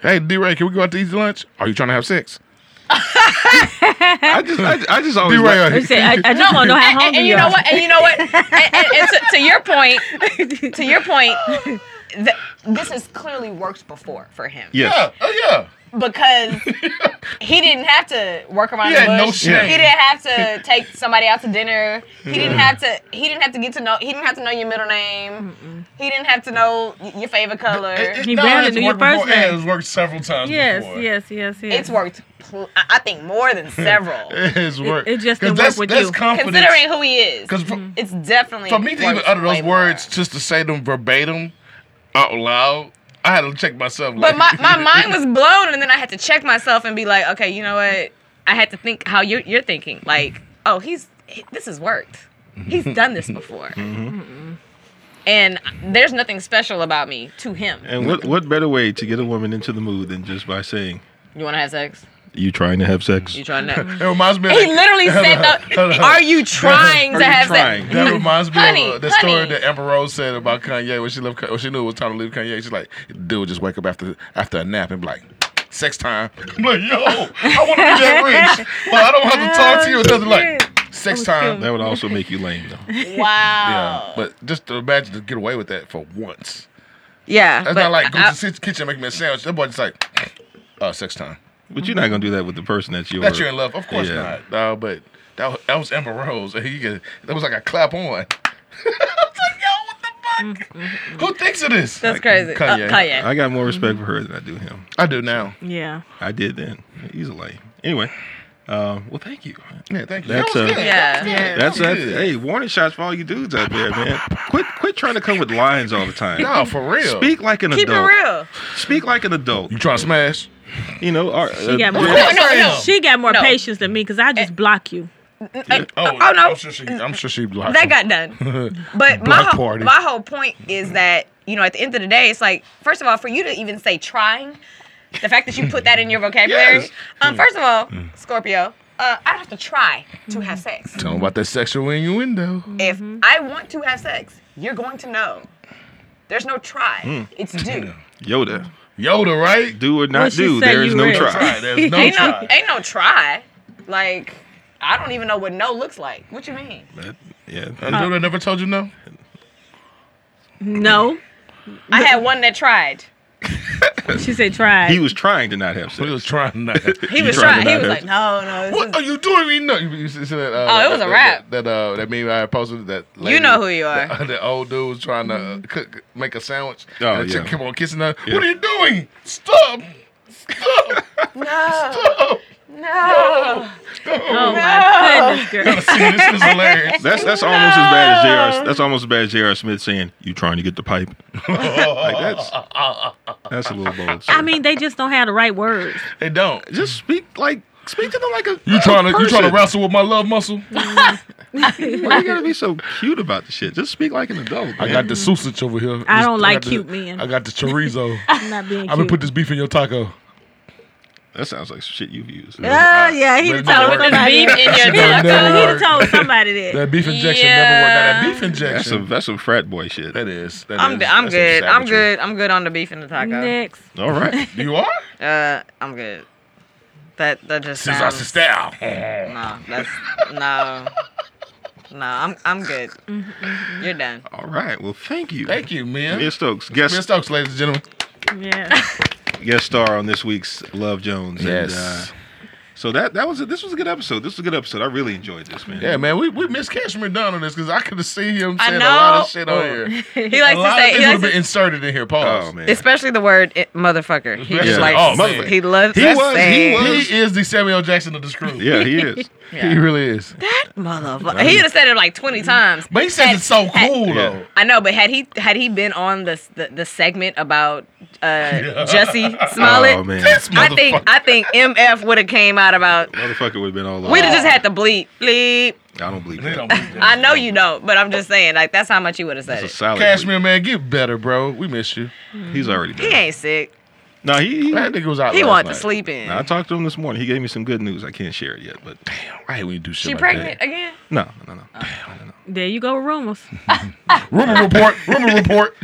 S6: Hey, D Ray, can we go out to eat lunch? Are you trying to have sex?
S5: I just I, I just always
S6: D
S5: like-
S8: He
S6: Ray,
S8: said, I, I just want to know how
S7: And, and
S8: hungry
S7: you
S8: you
S7: know
S8: are.
S7: what? And you know what? And, and- and to, to your point,
S8: [LAUGHS]
S7: to your point, th- this has clearly worked before for him
S5: yes.
S6: yeah, oh
S7: because he didn't have to work around
S6: He
S7: the
S6: had no
S7: bush.
S6: shame.
S7: He didn't have to take somebody out to dinner. He didn't have to. He didn't have to get to know. He didn't have to know your middle name. He didn't have to know y- your favorite color.
S6: yeah.
S8: He barely
S6: it's
S8: knew your
S6: worked before-
S8: first name.
S6: yeah, It's worked several times
S8: Yes,
S6: before.
S8: yes, yes, yes.
S7: It's worked, pl- I I think,
S6: [LAUGHS]
S7: more than several.
S6: It's worked.
S8: it just
S6: 'Cause
S8: didn't work
S6: that's,
S8: with
S6: that's
S8: you.
S6: confidence.
S7: Considering who he is,
S6: 'Cause for,
S7: it's definitely
S6: for me to even
S7: worked
S6: utter
S7: way
S6: those
S7: more.
S6: words, just to say them verbatim out loud, I had to check myself.
S7: But
S6: like-
S7: my, my mind was blown, and then I had to check myself and be like, okay, you know what? I had to think how you're, you're thinking. Like, oh, he's he- this has worked. He's done
S6: [LAUGHS]
S7: this before.
S6: Mm-hmm.
S7: And there's nothing special about me to him.
S5: And what what better way to get a woman into the mood than just by saying
S7: You want to have sex?
S5: you trying to have sex?
S7: You
S6: [LAUGHS]
S7: trying to?
S6: [LAUGHS] It reminds me. Of
S7: he literally said,
S6: Hold
S7: no,
S6: on.
S7: "Are you trying
S5: Are
S7: to
S5: you
S7: have
S5: trying?
S7: sex?" [LAUGHS]
S6: That reminds me
S7: Honey,
S6: of uh, the
S7: honey.
S6: story that Amber Rose said about Kanye when she left, Ka- when she knew it was time to leave Kanye. She's like, dude, just wake up after after a nap and be like, sex time. [LAUGHS] I'm like, yo, I want to be that rich, but I don't have to talk to you. It doesn't like sex time.
S5: That would also make you lame though.
S7: Wow.
S6: Yeah, but just to imagine to get away with that for once.
S7: Yeah.
S6: That's
S7: but
S6: not like go
S7: I-
S6: to the kitchen and make me a sandwich. That boy just like, uh, sex time.
S5: But you're not gonna do that with the person that you're
S6: That you're in love, of course
S5: Yeah.
S6: not. No, but that was, that was Amber Rose. [LAUGHS] He get- that was like a clap on. [LAUGHS] I was like, yo, what the fuck? Who thinks of this?
S7: Mm, that's crazy. Uh,
S6: Kanye.
S7: Kanye.
S5: I got more respect for her than I do him.
S6: I do now.
S8: Yeah.
S5: I did then. He's a lame. Anyway, um, well, thank you.
S6: Yeah, thank you.
S5: That's
S6: that was
S5: a-
S6: good.
S7: Yeah.
S5: That's
S6: that
S5: that.
S6: was good.
S5: Hey, warning shots for all you dudes out there, man. Quit, quit trying to come with lines all the time.
S6: No, for real.
S5: Speak like an
S7: Keep it
S5: adult.
S7: real.
S5: Speak like an adult.
S6: You trying to smash?
S5: You know, uh, or,
S8: She got more.
S7: No, no, no.
S8: She got more
S7: No.
S8: patience than me because I just block you.
S6: Oh,
S7: oh, no.
S6: I'm sure she. I'm sure she blocked.
S7: that
S6: him.
S7: got done.
S6: [LAUGHS]
S7: But my
S6: Block
S7: whole,
S6: party.
S7: my whole point is that you know at the end of the day, it's like first of all, for you to even say trying, the fact that you put that in your vocabulary.
S5: Yes.
S6: Mm.
S7: Um, first of all, Scorpio, uh, I don't have to try to have sex.
S6: Tell him about that sexual innuendo.
S7: If I want to have sex, you're going to know. There's no try.
S6: Mm.
S7: It's do.
S5: Yoda,
S6: Yoda, right?
S5: do or
S8: Well,
S5: not
S8: she
S5: do,
S8: said
S5: there
S8: you
S5: is no
S8: were.
S5: try.
S6: [LAUGHS]
S8: [LAUGHS]
S6: Try. There's no
S7: Ain't no
S6: try.
S7: ain't no try. Like I don't even know what no looks like. What you mean?
S5: That- yeah,
S7: Uh,
S6: A dude that never told you no.
S8: No.
S7: I had one that tried.
S8: She said tried.
S5: He was trying to not have
S6: But he
S5: sex.
S6: was trying not.
S5: [LAUGHS]
S7: He was
S5: tried to
S7: trying.
S5: not
S7: He was
S5: have
S7: like, no, no. this
S6: What
S7: is-
S6: are you doing? You know, you, you see that, uh,
S7: Oh, it was a
S6: that-
S7: rap.
S6: That, that uh, that meme I posted. That
S7: You know who you
S6: [LAUGHS]
S7: are. Mm-hmm.
S6: The, old dude was trying to uh, cook, make a sandwich.
S5: Oh,
S6: and the
S5: yeah.
S6: chick kept on kissing her.
S5: Yeah.
S6: What are you doing? Stop! Stop! [LAUGHS]
S7: no,
S6: Stop!
S7: no.
S8: oh my goodness, girl.
S6: [LAUGHS] See, this is hilarious.
S5: That's that's almost as bad as J.R. That's almost as bad as J.R. Smith saying, "You trying to get the pipe?" [LAUGHS] like that's that's a little bold. sir.
S8: I mean, they just don't have the right words. [LAUGHS]
S6: They don't.
S5: just speak like speak to them like a.
S6: You trying to you trying to
S5: wrestle?
S6: wrestle with my love muscle?
S5: Why you gotta be so cute about the shit? Just speak like an adult.
S6: I
S5: man.
S6: got the sausage over here.
S8: I don't
S6: This-
S8: like
S6: got the-
S8: cute men.
S6: I got the
S7: [LAUGHS]
S6: chorizo.
S8: I'm not being
S6: I'm gonna
S8: cute.
S6: put this beef in your taco.
S5: that sounds like some shit you've used.
S8: oh yeah, he
S6: But it don't work.
S8: told somebody.
S7: Beef
S8: that.
S7: in your
S6: Never
S8: He
S6: worked.
S8: told somebody that.
S6: That beef injection never worked. Now, that beef injection.
S5: That's some that's some frat boy shit.
S6: that is. that
S7: I'm
S6: is-
S7: good. I'm
S6: that's some
S7: good. I'm
S6: savagery.
S7: good. I'm good on the beef and the taco.
S8: Next,
S5: All
S6: [LAUGHS]
S5: right.
S6: You are?
S7: Uh, I'm good. That that just
S6: Since I
S7: sounds.
S6: sit down.
S7: No, that's no. No, I'm I'm good. You're done.
S5: All right. Well, thank you.
S6: Thank you, man.
S5: Mia
S6: Miss
S5: Stokes, guest
S6: Stokes, ladies and gentlemen.
S8: yeah,
S5: guest star on this week's Love Jones.
S6: Yes.
S5: And, uh, so that that was a, this was a good episode. This was a good episode. I really enjoyed this, man.
S6: Yeah, man, we, we missed Cashmere Dunn on this because I could have seen him
S7: I
S6: saying a lot of
S7: know.
S6: shit on here.
S7: [LAUGHS] He
S6: A
S7: likes to
S6: lot of
S7: say
S6: things
S7: he
S6: would have
S7: likes
S6: been
S7: to,
S6: inserted in here. Pause.
S5: Oh man.
S7: especially the word it, motherfucker. He
S6: Yeah.
S7: just likes
S6: Oh, man.
S7: he loves
S5: He
S7: to
S5: was- he
S7: say
S5: was-
S6: He is the Samuel Jackson of this crew.
S5: yeah, he
S7: [LAUGHS]
S5: is.
S6: He really is.
S7: motherfucker. He would have said it like 20 times.
S6: Mm-hmm. But he says it's so cool though.
S7: I know, but had he had he been on the the, the segment about
S6: [LAUGHS]
S7: uh, Jesse Smollett,
S5: Oh man,
S6: This
S7: I think
S6: motherfucker.
S7: I think MF would have came out about.
S5: motherfucker would have been all. over.
S7: We'd have just had to bleep, bleep.
S5: I don't believe
S6: They don't
S5: that.
S6: believe that.
S7: I know you don't, but I'm just saying, like that's how much you would have said
S5: It's a
S7: it.
S5: solid.
S6: Cashmere man, get better, bro. We miss you.
S5: bleep. He's already.
S7: He
S5: Been.
S7: ain't sick.
S5: No, he. he
S6: That nigga was out.
S7: He
S6: last
S7: wanted to
S6: night.
S7: sleep in.
S5: I talked to him this morning. He gave me some good news. I can't share it yet, but
S6: I hate when you do shit.
S7: she
S6: like
S7: pregnant again?
S5: no, no, no.
S8: there you go with rumors.
S6: That. Rumor report. Rumor report.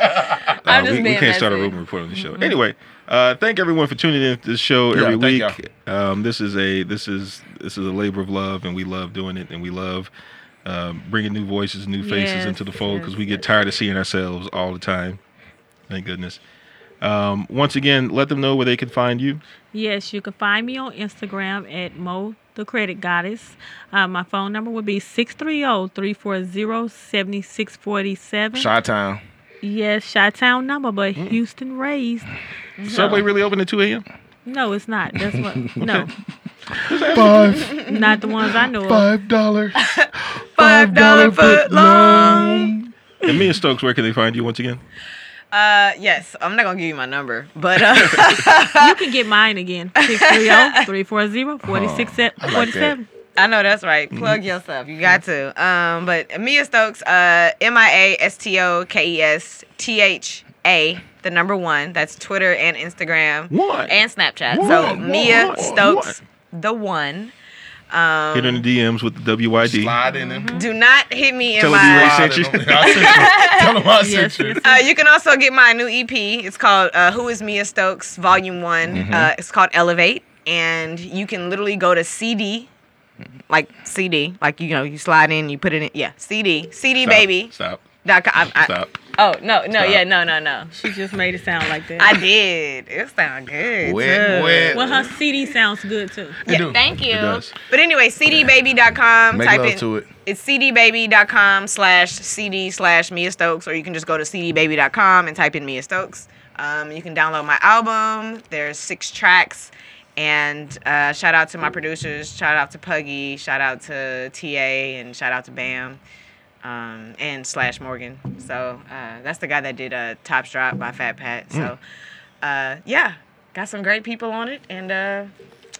S7: I'm
S5: Uh,
S7: just
S5: we, we
S7: being
S5: can't start a
S7: messy.
S5: rumor report on the show. Anyway, uh, thank everyone for tuning in to this show
S6: Yeah,
S5: every
S6: thank
S5: week. Um, this is a this is this is a labor of love, and we love doing it, and we love um, bringing new voices, new faces
S8: Yes,
S5: into the fold because
S8: yes,
S5: we get tired of seeing ourselves all the time. Thank goodness. Um, once again, let them know where they can find you.
S8: Yes, you can find me on Instagram at Mo the Credit Goddess. Uh, my phone number would be oh,
S6: [LAUGHS]
S8: 630-340-7647.
S6: Shot Town.
S8: Yes, Chi-Town number, but
S7: Mm.
S8: Houston raised.
S5: Subway really open at two a.m.
S8: No, it's not. That's what.
S7: [LAUGHS]
S8: No,
S6: Five.
S8: not the ones I know of.
S6: Five [LAUGHS] dollars.
S7: Five dollar foot long.
S5: And me and Stokes, where can they find you once again?
S7: Uh, yes, I'm not gonna give you my number, but uh, [LAUGHS]
S8: You can get mine again. oh, 630-340-4647.
S7: I know that's right. Plug yourself. You got to. Um, but Mia Stokes, uh, M I A S T O K E S T H A, the number one. That's Twitter and Instagram
S5: One.
S7: and Snapchat. so
S5: One,
S7: Mia
S5: one,
S7: Stokes, the one.
S5: Hit in the DMs with the WYD.
S6: Slide in him.
S7: Do not hit me in
S5: Tell her
S7: my.
S5: you
S6: I sent you. I sent you. Tell him I
S8: Yes,
S6: sent you.
S8: yes.
S7: Uh, you can also get my new EP. It's called uh, Who is Mia Stokes, Volume one
S5: Mm-hmm.
S7: Uh, it's called Elevate. And you can literally go to CD, like CD, like, you know, you slide in, you put it in. Yeah, CD, CD
S5: Stop.
S7: baby.
S5: Stop.
S7: Dot com. I, I,
S5: Stop.
S7: Oh, no, no,
S5: Stop.
S7: yeah, no, no, no.
S8: She just made it sound like that.
S7: I did. It sound good.
S6: Wet,
S7: too.
S6: wet.
S8: well, her CD sounds good too.
S6: It
S7: Yeah,
S6: do.
S7: thank you.
S5: does.
S7: But anyway, cdbaby.com.
S6: Make
S7: type
S6: love
S7: in,
S6: to it.
S7: It's cdbaby.com slash cd slash Mia Stokes, or you can just go to cdbaby.com and type in Mia Stokes. Um, you can download my album. There's six tracks. And uh, shout out to my producers. Shout out to Puggy. Shout out to TA. And shout out to Bam. Um, and slash Morgan. So uh, that's the guy that did uh, Top Drop by Fat Pat. So
S6: Mm.
S7: uh, yeah, got some great people on it. And uh,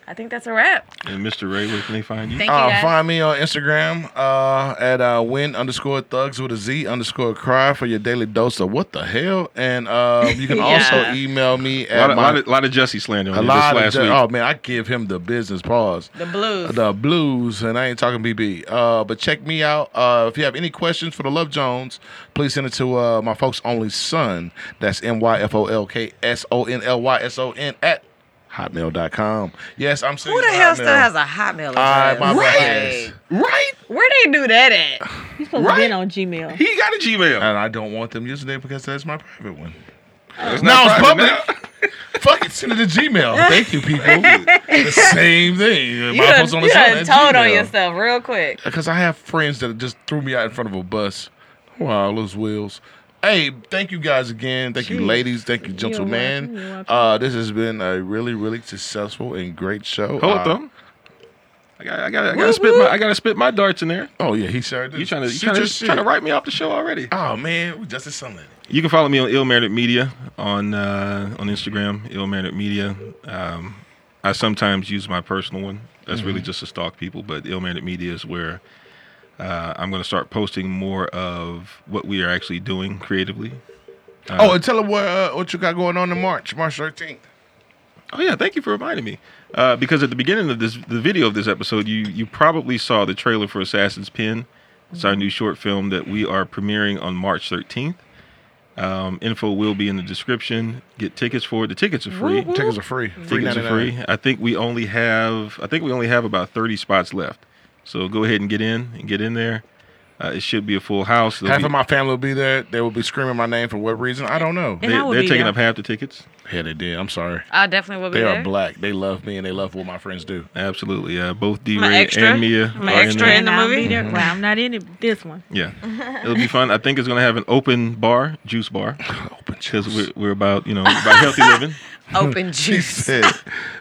S7: I think that's a wrap.
S5: [LAUGHS] And Mr. Ray, where can they find you?
S7: Thank you.
S6: Uh,
S7: guys.
S6: find me on Instagram uh, at uh, win underscore thugs with a Z underscore cry for your daily dose of what the hell. And uh, you
S7: [LAUGHS]
S6: can also
S7: Yeah.
S6: email me
S5: A lot
S6: at
S5: of,
S6: my,
S5: lot of, lot of Jesse slander on you this last
S6: ju-
S5: week.
S6: oh man, I give him the business pause.
S7: the blues.
S6: The blues, and I ain't talking BB. Uh, but check me out. Uh, if you have any questions for the Love Jones, please send it to uh, my folks only son. That's M Y F O L K S O N L Y S O N at hotmail.com. Yes, I'm
S7: Who
S6: serious.
S7: the hell
S6: Hotmail.
S7: still has a Hotmail
S6: I,
S7: address?
S6: Ah, my
S7: Like,
S6: right. right?
S7: Where they do that at?
S8: You supposed
S5: Right?
S8: to be on Gmail.
S5: he got a Gmail.
S6: And I don't want them using it because that's my private one. It's now it's public. [LAUGHS] Fuck it, send it to Gmail. Thank you, people. the same thing.
S7: You
S6: My post on
S7: done, you
S6: the
S7: done
S6: side.
S7: told on yourself real quick.
S6: Because I have friends that just threw me out in front of a bus. Wow, those wheels. Hey, thank you guys again. Thank you, ladies. Thank you, gentlemen.
S8: welcome, you're welcome.
S6: Uh, this has been a really, really successful and great show.
S5: Hold
S6: Uh,
S5: on. I got, I got, I got to spit my, I got to spit my darts in there.
S6: Oh yeah, he sure did.
S5: You trying to, you
S6: Shoot
S5: trying
S6: your
S5: to,
S6: shit.
S5: trying to write me off the show already?
S6: Oh man, we just did something.
S5: You can follow me on Ill Mannered Media on uh, on Instagram. Ill Mannered Media. Um, I sometimes use my personal one. That's really just to stalk people. But Ill Mannered Media is where uh, I'm going to start posting more of what we are actually doing creatively.
S6: oh, and tell him what uh, what you got going on in March, March thirteenth.
S5: Oh yeah, thank you for reminding me. Uh, because at the beginning of this, the video of this episode, you you probably saw the trailer for Assassin's Pen. It's our new short film that we are premiering on March 13th. Um, info will be in the description. Get tickets for it. The tickets are free.
S6: Tickets are free. Free
S5: Tickets are
S6: 99.
S5: free. I think we only have I think we only have about 30 spots left. So go ahead and get in and get in there. Uh, it should be a full house. There'll
S6: Half
S5: be-
S6: of my family will be there. They will be screaming my name for what reason? I don't know.
S8: And I will
S5: they, are
S8: be
S5: taking
S8: there.
S5: up half the tickets.
S6: Yeah, they did. I'm sorry.
S7: I definitely will be
S6: They
S7: there.
S6: are black. They love me and they love what my friends do.
S5: Absolutely. Uh, both D
S7: My
S5: Ray
S7: extra?
S5: and Mia
S7: My
S5: are in
S7: extra
S5: there.
S7: in the
S8: I'll
S7: movie?
S8: be there. Well, I'm not in it, this one.
S5: Yeah, it'll be fun. I think it's gonna have an open bar, juice bar,
S6: Open
S5: because we're, we're about you know about healthy
S7: [LAUGHS]
S5: living.
S7: Open juice.
S6: said,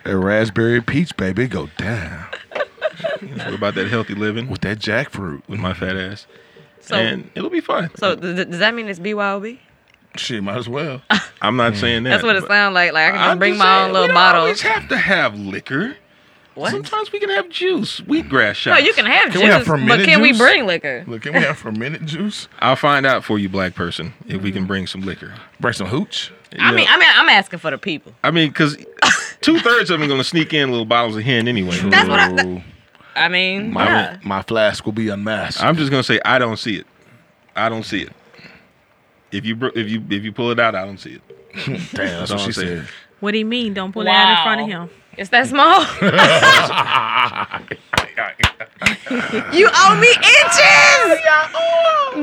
S6: a raspberry peach, baby, go down
S5: You know, we're about that healthy living with,
S6: with that jackfruit. [LAUGHS]
S5: with my fat ass,
S7: So,
S5: and it'll be fun.
S7: so th- th- does that mean it's BYOB?
S6: Shit, might as
S7: [LAUGHS]
S6: well. [LAUGHS]
S5: I'm not saying that.
S7: That's what it
S5: but
S7: sounds like. Like I can
S5: I'm
S7: just bring
S5: just
S7: my
S5: saying,
S7: own
S5: we
S7: little
S5: don't
S7: bottle.
S5: always have to have liquor.
S7: What?
S5: Sometimes we can have juice, wheatgrass
S7: No,
S5: shots.
S7: you can have
S6: Can we have
S7: juice, but
S6: fermented
S7: can we
S6: juice?
S7: bring liquor?
S6: Look, can we have fermented juice?
S5: I'll find out for you, black person, if we can bring some liquor.
S6: Bring some hooch?
S7: Mm-hmm. I mean, I mean, I'm asking for the people.
S5: I mean,
S7: [LAUGHS]
S5: because two thirds of them gonna sneak in little bottles of hen anyway.
S7: That's what I-
S6: Ooh,
S7: I mean,
S6: my,
S7: yeah.
S6: my flask will be unmasked.
S5: I'm just gonna say I don't see it. I don't see it. If you br- if you if you pull it out, I don't see it.
S6: Damn, that's what she
S5: That's all I'm
S6: said.
S8: What do you mean? Don't pull it out in front of
S7: Wow.
S8: him.
S7: it's that small.
S6: [LAUGHS]
S7: [LAUGHS] you owe me inches.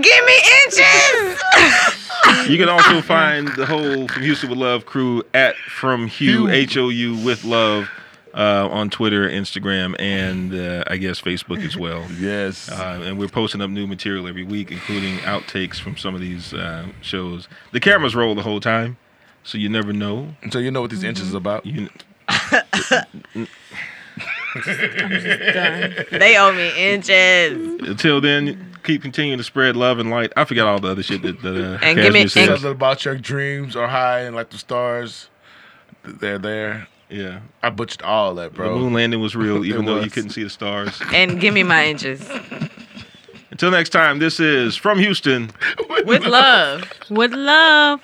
S7: Give me inches.
S5: You can also find the whole From Houston with Love crew at From Hugh, H O U with Love, uh, on Twitter, Instagram, and uh, I guess Facebook as well.
S6: Yes.
S5: Uh, and we're posting up new material every week, including outtakes from some of these uh, shows. The cameras roll the whole time, so you never know.
S6: so you know what these
S7: Mm-hmm.
S6: inches is about.
S5: You,
S7: They owe me inches.
S5: until then, keep continuing to spread love and light. I forgot all the other shit that, that uh,
S7: And give
S5: Kashmir
S7: me- and-
S5: said.
S6: Something about your dreams are high and like the stars, they're there.
S5: Yeah,
S6: I butchered all that,
S5: the
S6: bro.
S5: moon landing was real,
S6: [LAUGHS] It
S5: even though you
S6: was.
S5: couldn't see the stars.
S7: And give me my inches.
S5: Until next time, this is From Houston.
S7: With love.
S8: With love.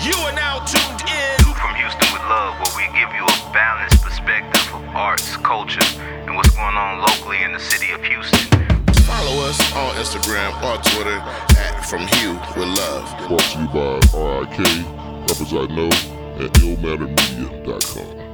S1: You are now tuned in
S2: From Houston with Love, where we give you a balanced perspective of arts, culture, and what's going on locally in the city of Houston.
S3: Follow us on Instagram or Twitter at From Hugh with Love.
S4: Brought to you by RIK, rappers I know, and illmattermedia.com.